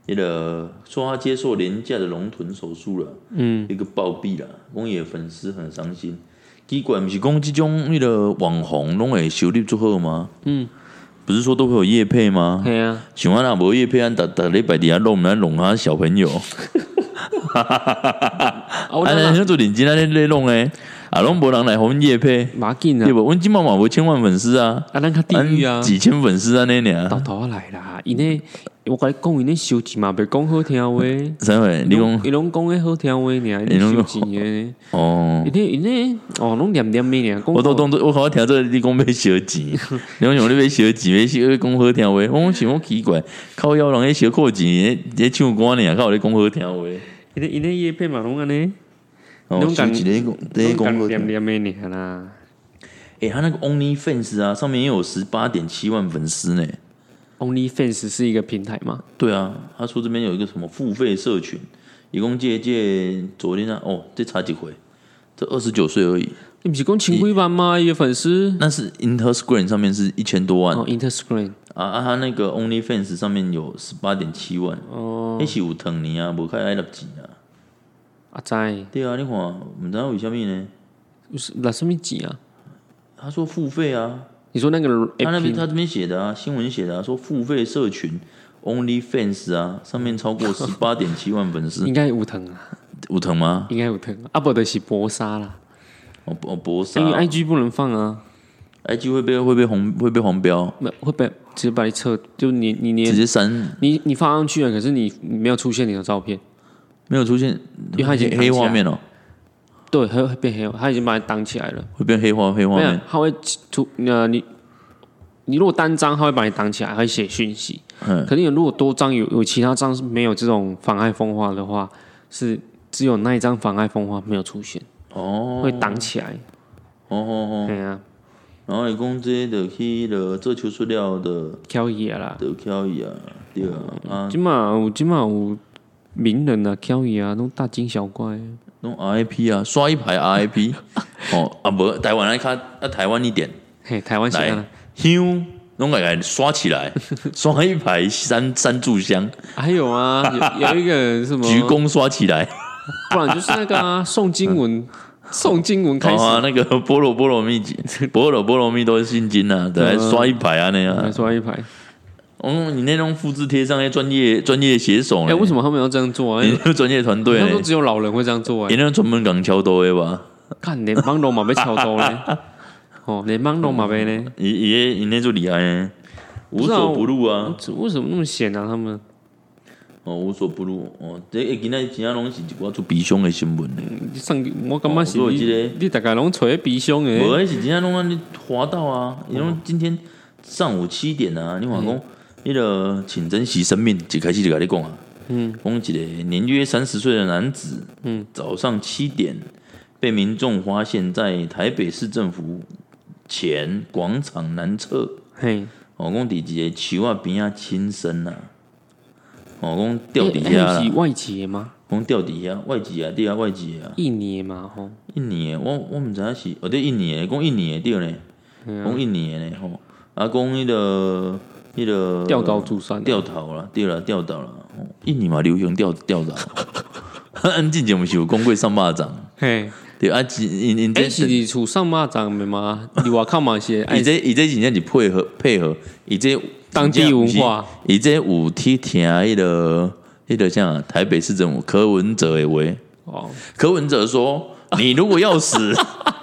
迄个说他接受廉价的龙臀手术了，嗯，一个暴毙啦，讲伊的粉丝很伤心。奇怪，毋是讲即种迄个网红拢会收入足好吗？嗯，不是说都会有业配吗？系啊，像我若无叶片，咱逐逐礼拜伫遐弄，咱弄下小朋友，啊哦我啊，哪咱迄做认真安尼咧弄诶，啊，拢无人来互阮叶片，马紧啊对，无？阮即满嘛无千万粉丝啊，啊咱较地狱咱。啊几千粉丝安尼到尔，啊头仔来啦，伊呢，我甲你讲，伊呢收钱嘛，袂讲好听话，啥货？你讲伊拢讲迄好听 话尔，伊收钱诶，哦伊，呢伊呢，哦，拢念念咩尔，讲我都当做我好听做你讲要小 钱，你讲像你要小钱，要小讲好听话，我想讲奇怪，靠腰人咧小扣钱，咧唱歌呢，靠咧讲好听话，伊呢伊呢叶片嘛拢安尼，哦拢收讲钱咧讲咧拢讲好讲听念。念咩尔啦，哎、他那个 OnlyFans 啊，上面也有十八点七万粉丝呢。 OnlyFans 是一个平台嘛，对啊，他说这边有一个什么付费社群，一共借借昨天啊，哦，这差几回？这二十九岁而已。你毋是讲千几万吗？伊的粉丝那是 Interscreen 上面是一千多万、哦，Interscreen 啊啊，他那个 OnlyFans 上面有十八点七万，哦，那是有疼你啊，无开爱立钱啊。啊知，对啊，你看，唔知道为什么呢？有是拿什么钱啊？他说付费啊，你说那个他那 app 边平他这边写的啊，新闻写的啊，说付费社群 OnlyFans 啊，上面超 过十八点七万粉丝，应该有疼啊，有疼吗？应该有疼啊，啊无就是搏杀啦，哦，哦，搏杀因为 IG 不能放啊。 ，IG 会被会被红会被黄标，没有会被直接把你撤，就你你直你接删，你你发上去啊了，可是你你没有出现你的照片，没有出现，因为它已经黑挡黑起来画面哦，对，会会变黑，他已经把你挡起来了，会变黑画黑画没有面，，他会出呃你你如果单张，他会把你挡起来，他会写讯息，嗯，可是你如果多张有有其他张是没有这种妨碍风化的话，是只有那一张妨碍风化没有出现，哦，会挡起来，哦哦哦，对啊，然哦后你讲这的去了做球塑料的挑野啦，的交易啊，对啊，啊，今嘛有今嘛有名人啊，挑野啊，那种大惊小怪，弄 RIP 啊，刷一排 RIP，哦啊不，台湾来看啊台湾一点嘿，台湾啊现来在，香，弄来来刷起 来，刷一排三三炷香，还有啊，有有一个什么 鞠躬刷起来，不然就是那个啊，宋 经嗯文，宋经文开始哦啊，那个菠萝菠萝 蜜几，菠萝菠萝蜜都是现金啊，对，嗯还刷一排啊那样来啊。刷一排。哦，你那种复制贴上那哎专业专业写手哎，为呢，什么他们要这样做啊？ 你那个专业团队他呢说，只有老人会这样做你哎，那个专门港桥都的吧？看连帮龙马被敲到嘞， 哦，连帮龙马被嘞，你你你那就厉害呢，无是啊所不入啊，这为什么那么闲啊？他们哦，无所不入哦，这欸今天今天拢是一寡做悲伤的新闻呢，上我感觉是哦我有这个你你大概拢吹鼻胸无诶，那是今天拢安尼滑到啊，因为今天上午七点啊，你讲讲那个请珍惜生命，一开始就跟你讲啊。嗯，讲一个年约三十岁的男子，嗯，早上七点被民众发现，在台北市政府前广场南侧，嘿，哦，讲伫一个树啊边啊轻生啦，哦，讲掉哎底下哎是啦，外籍的吗？讲掉底下外籍啊，对啊外籍啊，印尼的嘛吼，印尼的，我我毋知影是，哦对印尼的，讲印尼的对呢，啊讲印尼的呢吼，啊讲迄个迄个吊高助山啊，掉头了，对了，掉倒了。哦印尼嘛流行掉掉 倒，安静啊前我们是有公会上巴掌，嘿，对啊，是因因这哎，是你厝上马掌的吗？你外口嘛是哎伊爱这伊这真正是配合配合，伊这当地文化，伊这有去听迄个迄个像台北市政府柯文哲的话，哦，柯文哲说：“你如果要 死，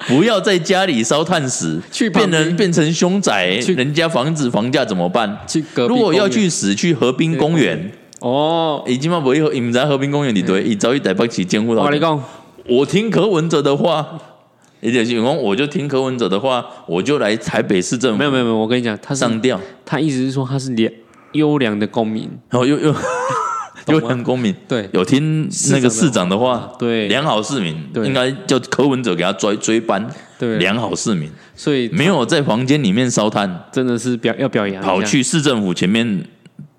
不要在家里烧炭死，去旁变边成变成凶宅，去人家房子房价怎么办？去隔壁如果要公园去死，去河滨公园。”哦，伊即嘛无伊伊毋知河滨公园伫对，伊走去台北市政府我头跟你前。讲。我听柯文哲的话，也就是讲，我就听柯文哲的话，我就来台北市政府没有没有没有，我跟你讲，他是上吊，他意思是说他是良优良的公民，然哦后又又懂又吗很公民，对有听那个市市长长的的话，对良好市民对应该叫柯文哲给他追追班，对良好市民所以没有在房间里面烧炭，真的是表要表扬一下跑。去市政府前面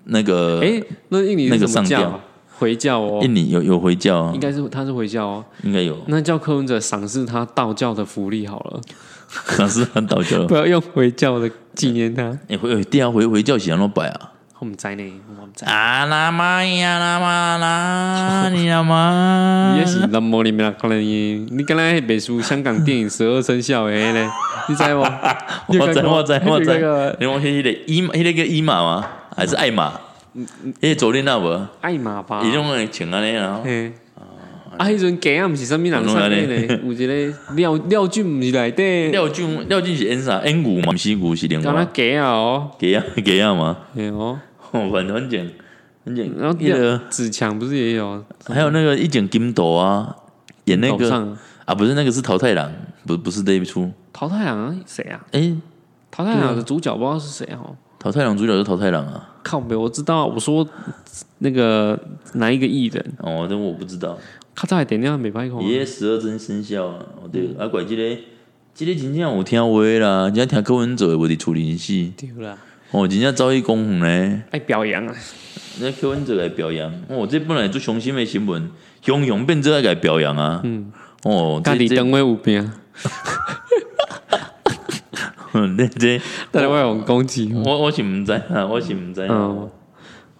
那个，哎，那印尼那是个什么上教吊啊？回教哦，印尼有有回教啊应，该是他是回教哦。应该 有，那叫柯文哲赏识他道教的福利好了，可是很倒教了不，要用回教的纪念他。哎回回定要回回教喜羊肉摆啊。我们在呢，我们在。啊啦妈呀啦妈啦，你啦妈！你也是那么里面可能你，你刚才本书香港电影《十二生肖》诶嘞，你知 道吗？你有我知看过我知我你有看过知，你讲迄个伊迄个叫伊玛吗？还是艾玛？嗯迄个昨天那无，爱玛吧？伊种诶穿安尼啊，嘿啊，迄阵鸡啊，毋是啥物人上面咧，有一个廖廖俊，毋是内底，廖俊廖俊是 N 啥？N 五嘛，毋是五是零敢若嘛？鸡啊哦，给啊 给啊嘛，嘿哦，哦反正很简很简，然后那廖个嗯子强不是也有还有那个一剪金斗啊，演那岛个上啊不是那个是桃太郎，不不是这一出，桃太郎啊谁啊？诶，桃太啊郎的主角不知道是谁哦。桃太郎主角是桃太郎啊，靠北，我知道，我说那个哪一个艺人，哦，但我不知道。他在点亮美拍口，伊迄十二真生肖啊，哦对，啊怪即、个，即、个真正有听话啦，真正听柯文哲的，无伫处理死，对啦，哦，真正走去公园咧，爱表扬啊，那柯文哲来表扬，哦，这本来做伤心的新闻，汹涌变做爱来表扬啊，嗯，哦，家这己这等位有病， 这这，但是我有攻击。我我是毋知啊，我是毋知啊嗯，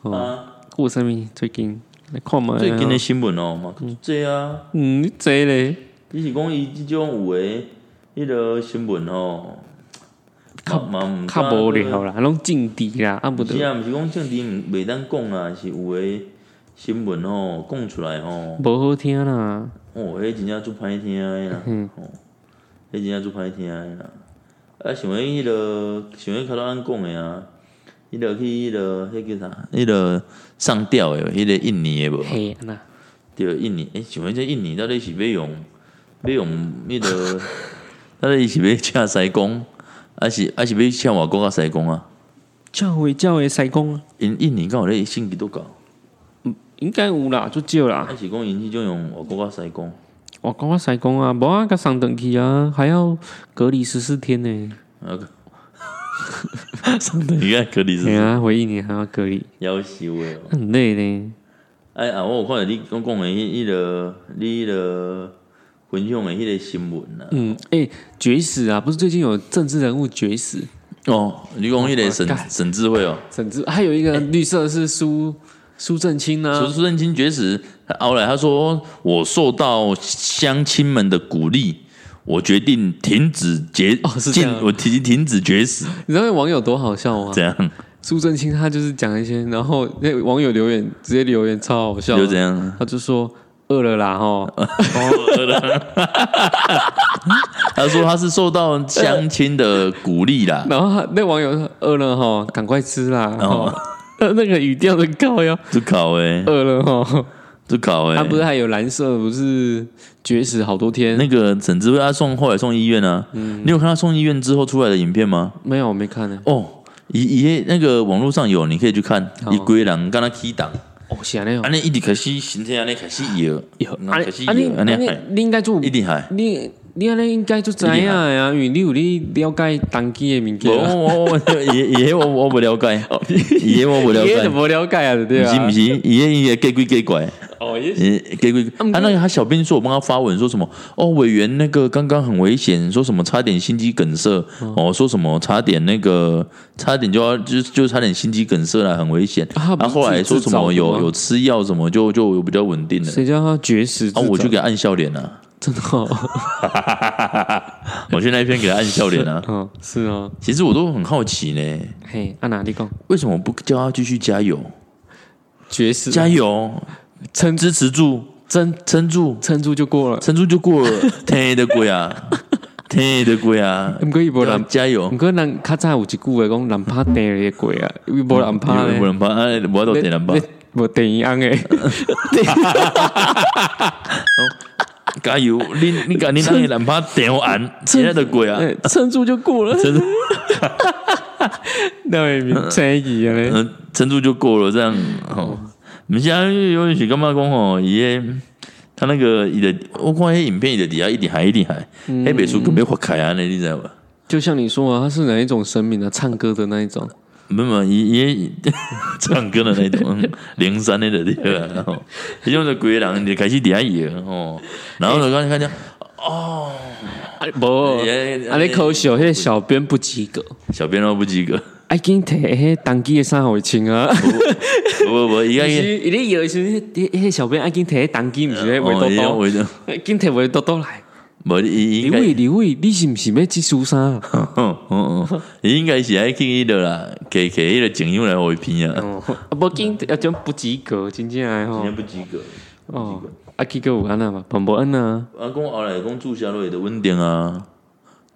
哦啊，顾生命最近来看嘛，最近的新闻哦，嘛，这啊，嗯，你这嘞，你是讲伊即种有诶，迄个新闻哦，较嘛毋较无그聊啦，拢政治啦，啊不嗯是得，啊，毋是讲政治毋袂当讲啊，是有诶新闻吼讲出来吼，无好听啦。哦，迄真正足歹听诶啦，吼、迄真正足歹听诶啦。啊，想要迄、落，想要较早咱讲诶啊，迄落去迄落迄叫啥？迄落上吊诶，迄、个印尼诶无？嘿啊安呐，对，印尼诶，想要这印尼到底是要用要用迄、落，到底是要请西公，还是还是要请外国啊西公啊？教会教会西公啊，因印尼敢有咧信基督教？应该有啦，足少啦。还是讲因迄种用外国仔西讲，我讲我西公啊，无啊，甲送转去啊，还要隔离十四天呢、啊，上等于爱隔离对是啊，回应你还要隔离，夭寿的哦。很累呢。哎啊，我有看着你讲讲的迄迄个，你迄个分享的迄个新闻啊。嗯，哎、绝死啊！不是最近有政治人物绝死，哦，你讲迄个我沈靠沈智慧哦，甚至还有一个绿色是苏苏正清苏啊，苏正清绝食，他后来他说我受到乡亲们的鼓励。我决定停止绝哦是这禁样，我停停止绝食，你知道那网友多好笑吗？怎样苏正清他就是讲一些，然后那网友留言直接留言超好笑的，又怎样？他就说饿了啦 吼，他说他是受到乡亲的鼓励 啦，然后他那网友说饿了吼，赶快吃啦吼哦，呃 那个语调的高呀，这考诶，饿了吼，这考欸诶，他啊不是还有蓝色不是绝食好多天？那个沈志伟他送后来送医院啊，嗯你有看他送医院之后出来的影片吗？没有，我没看呢。哦，一一那个网络上有，你可以去看。好一龟人跟他起档，哦，是安尼哦安，尼一直开始身体安尼开始摇，啊那开始啊你摇，安尼啊你嗨你应该做一，定嗨。你你安尼应该就知影的啊，哦因为你有你了解当地的物我件，啊我我也也我我不了解， 也我不了你解就，无了解啊，对不是啊不，是，也也给鬼给怪。哦，也诶，给给嗯啊，那个他小编说，我帮他发文说什么？哦，委员那个刚刚很危险，说什么差点心肌梗塞，嗯哦，说什么差点那个差点就要就就差点心肌梗塞了，很危险。啊他不然是后后来说什么自己找的有吗有吃药什么就就有比较稳定了。谁叫他绝食自啊，我找就给他按笑脸了，真的哦， 我去那一篇给他按笑脸啊。嗯，是哦，其实我都很好奇呢，嘿，啊按哪里讲？为什么不叫他继续加油？绝食，加油，撑支持住，撑撑住，撑住就过了。撑住就过了，天的鬼 啊，天的鬼啊！毋过伊无人，加油毋！过人较早有一句话讲，人怕地会过啊，伊无人怕因为无咧，人拍，啊，我 都点人拍。无电影红诶，加油！你你赶紧让你男怕点完，现在的鬼啊！哎 撑住就过了，撑住，那位名在意啊嘞，嗯，撑住就过了，这样哦。你现在有点许干嘛讲哦，爷他那个伊的，我看那影片伊的底下一点海一点海，嗯那本书根本发开啊，那你知道吧？就像你说啊，他是哪一种神明啊？唱歌的那一种，没有没有，伊伊唱歌的那种 嗯零三那个地方，然后伊种是鬼人就开始底下演哦，然后就刚看见不哎哎啊，你可惜哦，那个小编不及格，小编都不及 格，哎，给你摕迄当机的衫互伊穿啊，不不不，伊个 但是伊咧摇的时候，迄迄个小编爱给你摕迄当机，毋是咧围兜伊兜，为的，紧摕围兜兜来。无伊李哦应该， 伟，李伟，你是毋是要去收衫啊？嗯嗯嗯，伊应该是爱去迄个啦，给给迄个警友来互伊片啊，哦， 啊，无紧，啊，种不及格，真正诶今。吼天不及格。哦，啊，去个有安那嘛，彭博安啊，阿公后来公住下落也的稳定啊，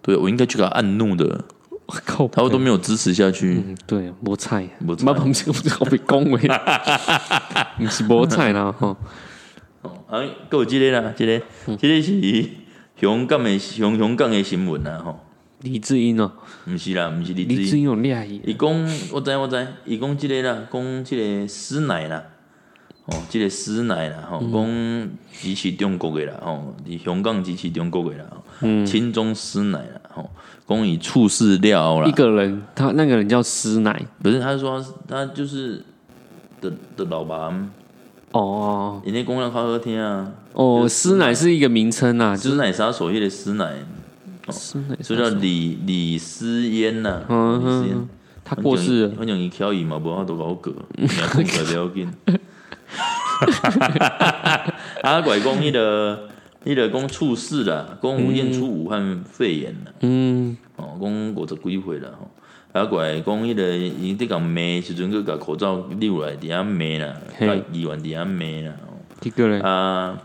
对我应该去给他按怒的，我靠，他们都没有支持下去。嗯对，无菜，无菜嘛不是，我被讲 话，毋是无菜啦吼。啊，还有这个啦，这个，嗯这个是香港的香香港的新闻啊，吼，李志英哦，毋是啦，毋是李李志志啊英，英有厉伊，伊讲我知我知，伊讲这个啦，讲这个师奶啦，哦，这个师奶啦，嗯吼，讲支持中国的啦，吼，伫香港支持中国的啦，嗯吼，亲中师奶啦，吼，讲伊处事了后啦一，个人，他那个人叫师奶不是，他说他他就是的的老爸，哦人家讲了较好听啊，哦，师奶是一个名称啊，就师奶杀手迄个师奶，师奶，哦所以叫李李思嫣呐，嗯李思嫣他过世了，反正伊翘伊嘛，无法度搞 过，名讲出来不要紧。 啊，怪讲迄个迄个讲猝死啦，讲有验出武汉肺炎啦，嗯，哦，讲五十几岁啦吼。啊，怪讲迄个伊伫共骂的时阵，佮甲口罩溜来伫遐骂啦，嘿甲议员伫遐骂啦。吼一个人，啊，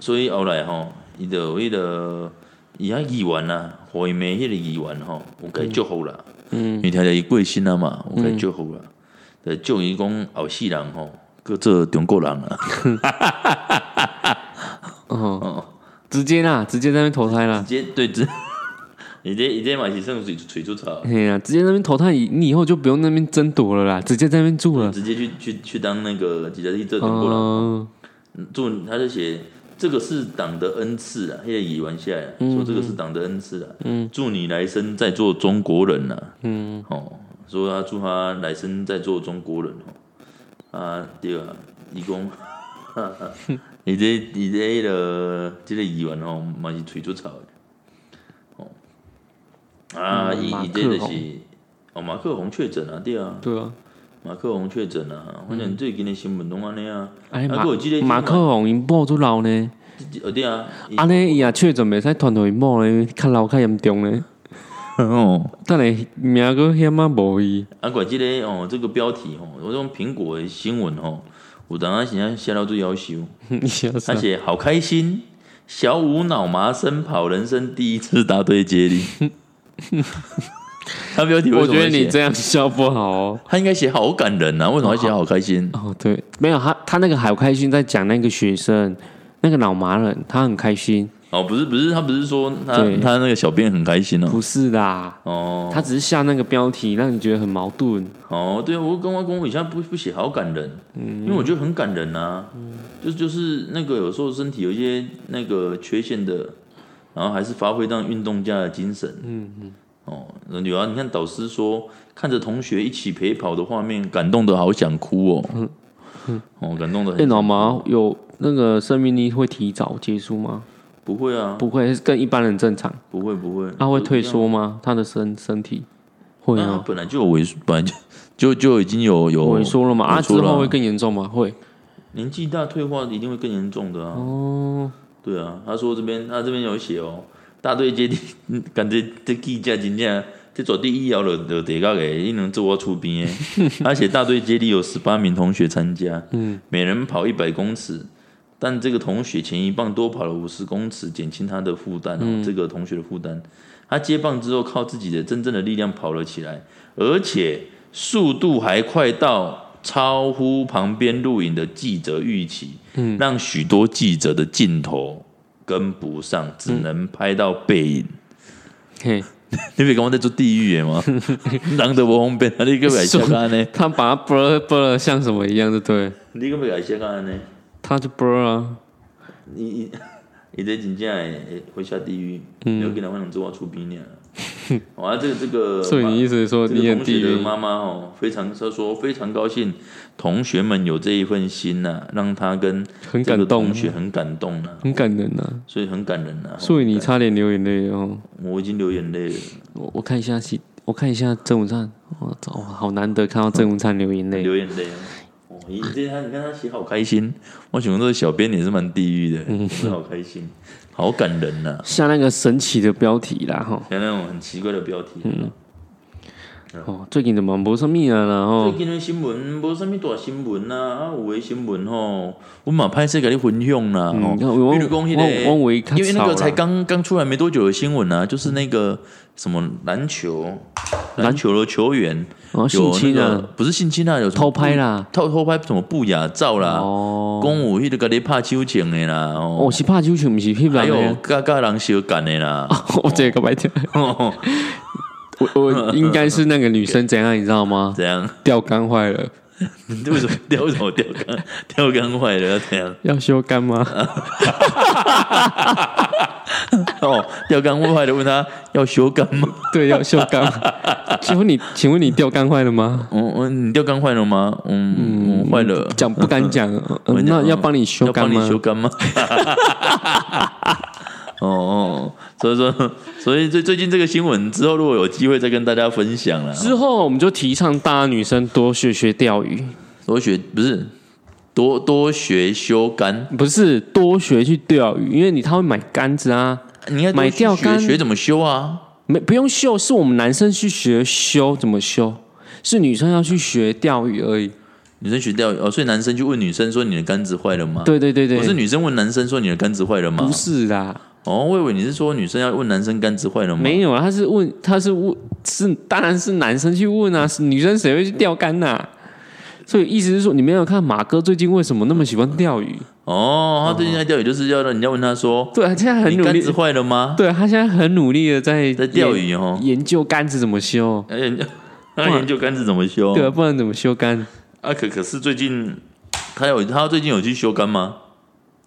所以后来吼，伊就有迄个伊遐议员啊，互伊骂迄个议员吼，有甲伊祝福啦。嗯，因为听着伊过身啊嘛，有甲伊祝福啦。就祝伊讲后世人吼，各做中国人啊。哦，直接啦，直接在那边投胎啦。直接对直， 伊这伊这嘛是算水水出草，哎呀，直接那边投胎，你你以后就不用那边争夺了啦，直接在那边住了。直接去去去当那个直接去做中国人。嗯，祝他就写这个是党的恩赐啊，现在以完下来嗯说这个是党的恩赐啊，嗯，祝你来生再做中国人呐、啊，嗯，哦，说他祝他来生再做中国人哦，啊对啊，伊讲， 你这你这迄、那个这个议员哦，嘛是吹出草的，哦，啊，嗯伊马伊这就克是宏哦马克宏确诊啊，对啊，对啊，马克宏确诊啊，反正最近的新闻拢安尼啊，哎啊马还有这个马克宏因某都老呢，呃对啊，伊安尼伊也确诊袂使传互因某呢，较老较严重呢。哦，等下名个险啊无伊，啊，怪这个哦，这个标题哦，我用苹果的新闻哦，有当啊，现在写到最要求， 你笑死而！且好开心，小五脑麻生跑人生第一次答对接力。他标题为我什么觉得你会写？这样笑不好哦。他应该写好感人啊，为什么要写好开心？ 哦，对，没有他，他那个好开心在讲那个学生，那个脑麻人，他很开心。哦，不是不是，他不是说他对他那个小编很开心哦。不是啦，哦他只是下那个标题，让你觉得很矛盾。哦，对啊，我跟我公我现在不不写好感人，嗯因为我觉得很感人啊，就就是那个有时候身体有一些那个缺陷的，然后还是发挥到运动家的精神，嗯嗯，哦，有啊，你看导师说看着同学一起陪跑的画面，感动的好想哭哦，嗯哦，感动的电脑麻哎有那个生命力会提早结束吗？不会啊，不会，是跟一般人正常。不会不会，他、会退就缩吗？他的身身体这会样，那哦，本来就有萎，本来就就就已经有有萎缩了嘛？啊，萎之缩了后会更严重吗？会年纪大退化一定会更严重的啊。哦，对啊，他说这边他这边有写哦，大队接力，嗯 感觉这记者真正这绝对医疗了了得到的，伊能做我出边 的。而且大队接力有十八名同学参加，嗯，每人跑一百公尺。但这个同学前一棒多跑了五十公尺，减轻他的负担、哦这个同学的负担。他接棒之后，靠自己的真正的力量跑了起来，而且速度还快到超嗯乎旁边录影的记者预期，让许多记者的镜头跟不上，只能拍到背影。嗯嘿，你别跟我在做地狱的吗？人都不方便，啊你个白瞎干呢？ 他把它 blur blur 得像什么一样，就对了，你个白瞎干呢？他就 blur 啊，你你你这真正会会会下地狱，嗯有给人会能做我出兵 呢。好啊，这个这个，所以你意思是说这个你很同地学的狱？妈妈哦，非常她说非常高兴，同学们有这一份心呐、让她跟很这感个动同学很感动呐、很感人呐、所以很感人呐、所以你感差点流眼泪哦。我已经流眼泪了，我我看一下戏，我看一下郑文灿，我操，好难得看到郑文灿流眼泪。流眼泪了。哦，咦，这他你看他写好开心，我想这个小编也是蛮地狱的，嗯真的好开心，好感人呐、下那个神奇的标题啦，哈，像那种很奇怪的标题。嗯哦，最近怎么没什么啊？然后嗯最近的新闻无啥物大新闻啊，啊有的新闻吼，我嘛拍摄给你分享啦吼。嗯哦我比如讲迄、我我我以为较个，因为那个吵啦才刚刚出来没多久的新闻啊，就是那个什么篮球篮球的球员然后性有那侵个啊，不是性侵啊，有什么偷拍啦，偷偷拍什么不雅照啦，哦，公有迄个给你拍手枪的啦，哦我是怕球球，不是翕还人有的。甲甲人相干的啦， 我这 个白天，哦我我应该是那个女生怎样，你知道吗？怎样？钓竿坏了，你为什么钓为什么钓竿钓竿坏了？怎样？要修竿吗？哦，钓竿问坏的问他要修干吗？ 对，要修竿。请问你，请问你钓竿坏了吗？嗯嗯，你钓竿坏了吗？嗯嗯，坏了，讲不敢 讲，呃那要帮你嗯修要竿帮吗你？修干吗？ 哦哦，所以说，所以最最近这个新闻之后，如果有机会再跟大家分享啦。之后我们就提倡大家女生多学学钓鱼，多学不是多多学修竿，不是多学去钓鱼，因为你他会买杆子啊，你应该多买去钓学竿学怎么修啊？没不用秀，是我们男生去学修怎么修，是女生要去学钓鱼而已。女生学钓鱼哦，所以男生就问女生说你的杆子坏了吗？，对对对对，啊不是女生问男生说你的杆子坏了吗不？是啦，哦，我以为你是说女生要问男生杆子坏了吗？没有啊，他是问他是问是当然是男生去问啊，是女生谁会去钓竿呐、所以意思是说，你没有看马哥最近为什么那么喜欢钓鱼？哦，他最近在钓鱼就是要让人家问他说对啊，他现在很你努杆力子，坏了吗？对啊他现在很努力的在在钓鱼哦，研，研究杆子怎么修。哎研究那研究杆子怎么修？对啊，不然怎么修杆？啊，可可是最近他有他最近有去修杆吗？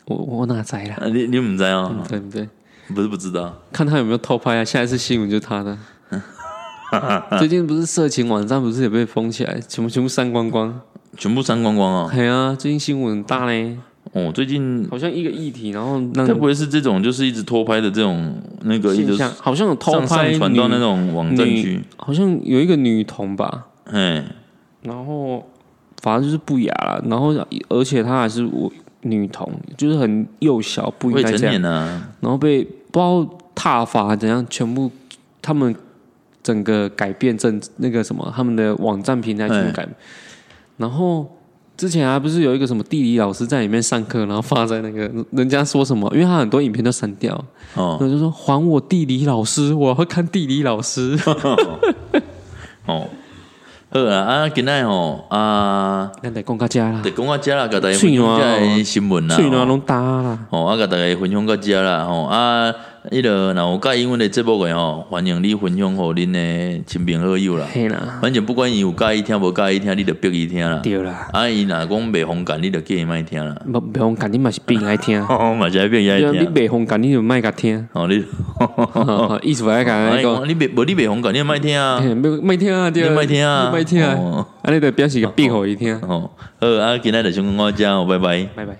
我我哪摘啦？啊，你你们知道嗯啊？对不对？不是不知道，看他有没有偷拍啊！下一次新闻就他 的。最近不是色情网站不是也被封起来，全部全部删光光。全部删光光啊！哎呀，最近新闻很大嘞，哦，最近好像一个议题，然后那该个不会是这种就是一直偷拍的这种那个一现直象上好像有偷拍上传女到那种网站去女，，好像有一个女童吧，哎，然后反正就是不雅了，然后而且她还是我女童，就是很幼小，不应未该成这样。年啊，然后被不知道踏伐怎样，全部他们整个改变政那个什么，他们的网站平台全部改变。然后之前啊还不是有一个什么地理老师在里面上课，然后发在那个人家说什么，因为他很多影片都删掉，然哦后就说还我地理老师，我要看地理老师。哦，好啦，啊，今天吼啊，那得讲到家啦就，讲到遮啦，甲大家嘴分享软哦这个新闻啦。翠暖吼拢搭啦，吼、啊，甲大家分享到遮啦，吼、啊，迄个若有介意阮的节目的吼，欢迎你分享互恁的亲朋好友啦。嘿啦，反正不管伊有介意听无介意听，你着逼伊听啦。对啦，啊，伊若讲袂红感，你着叫伊莫听啦。，不不用讲，你嘛是病爱听吼、嘛是爱逼伊爱对哦啊，你听。，袂红讲你就卖甲听哦吼、你， 意思来讲哎那个。你袂无你袂红感，你莫听啊。嘿没没听啊，对你啊，别听啊没听啊哦，啊，你得表示个闭口一听，Ừ, à, 吼、好啊，今仔就先讲到遮，吼，拜拜。拜拜。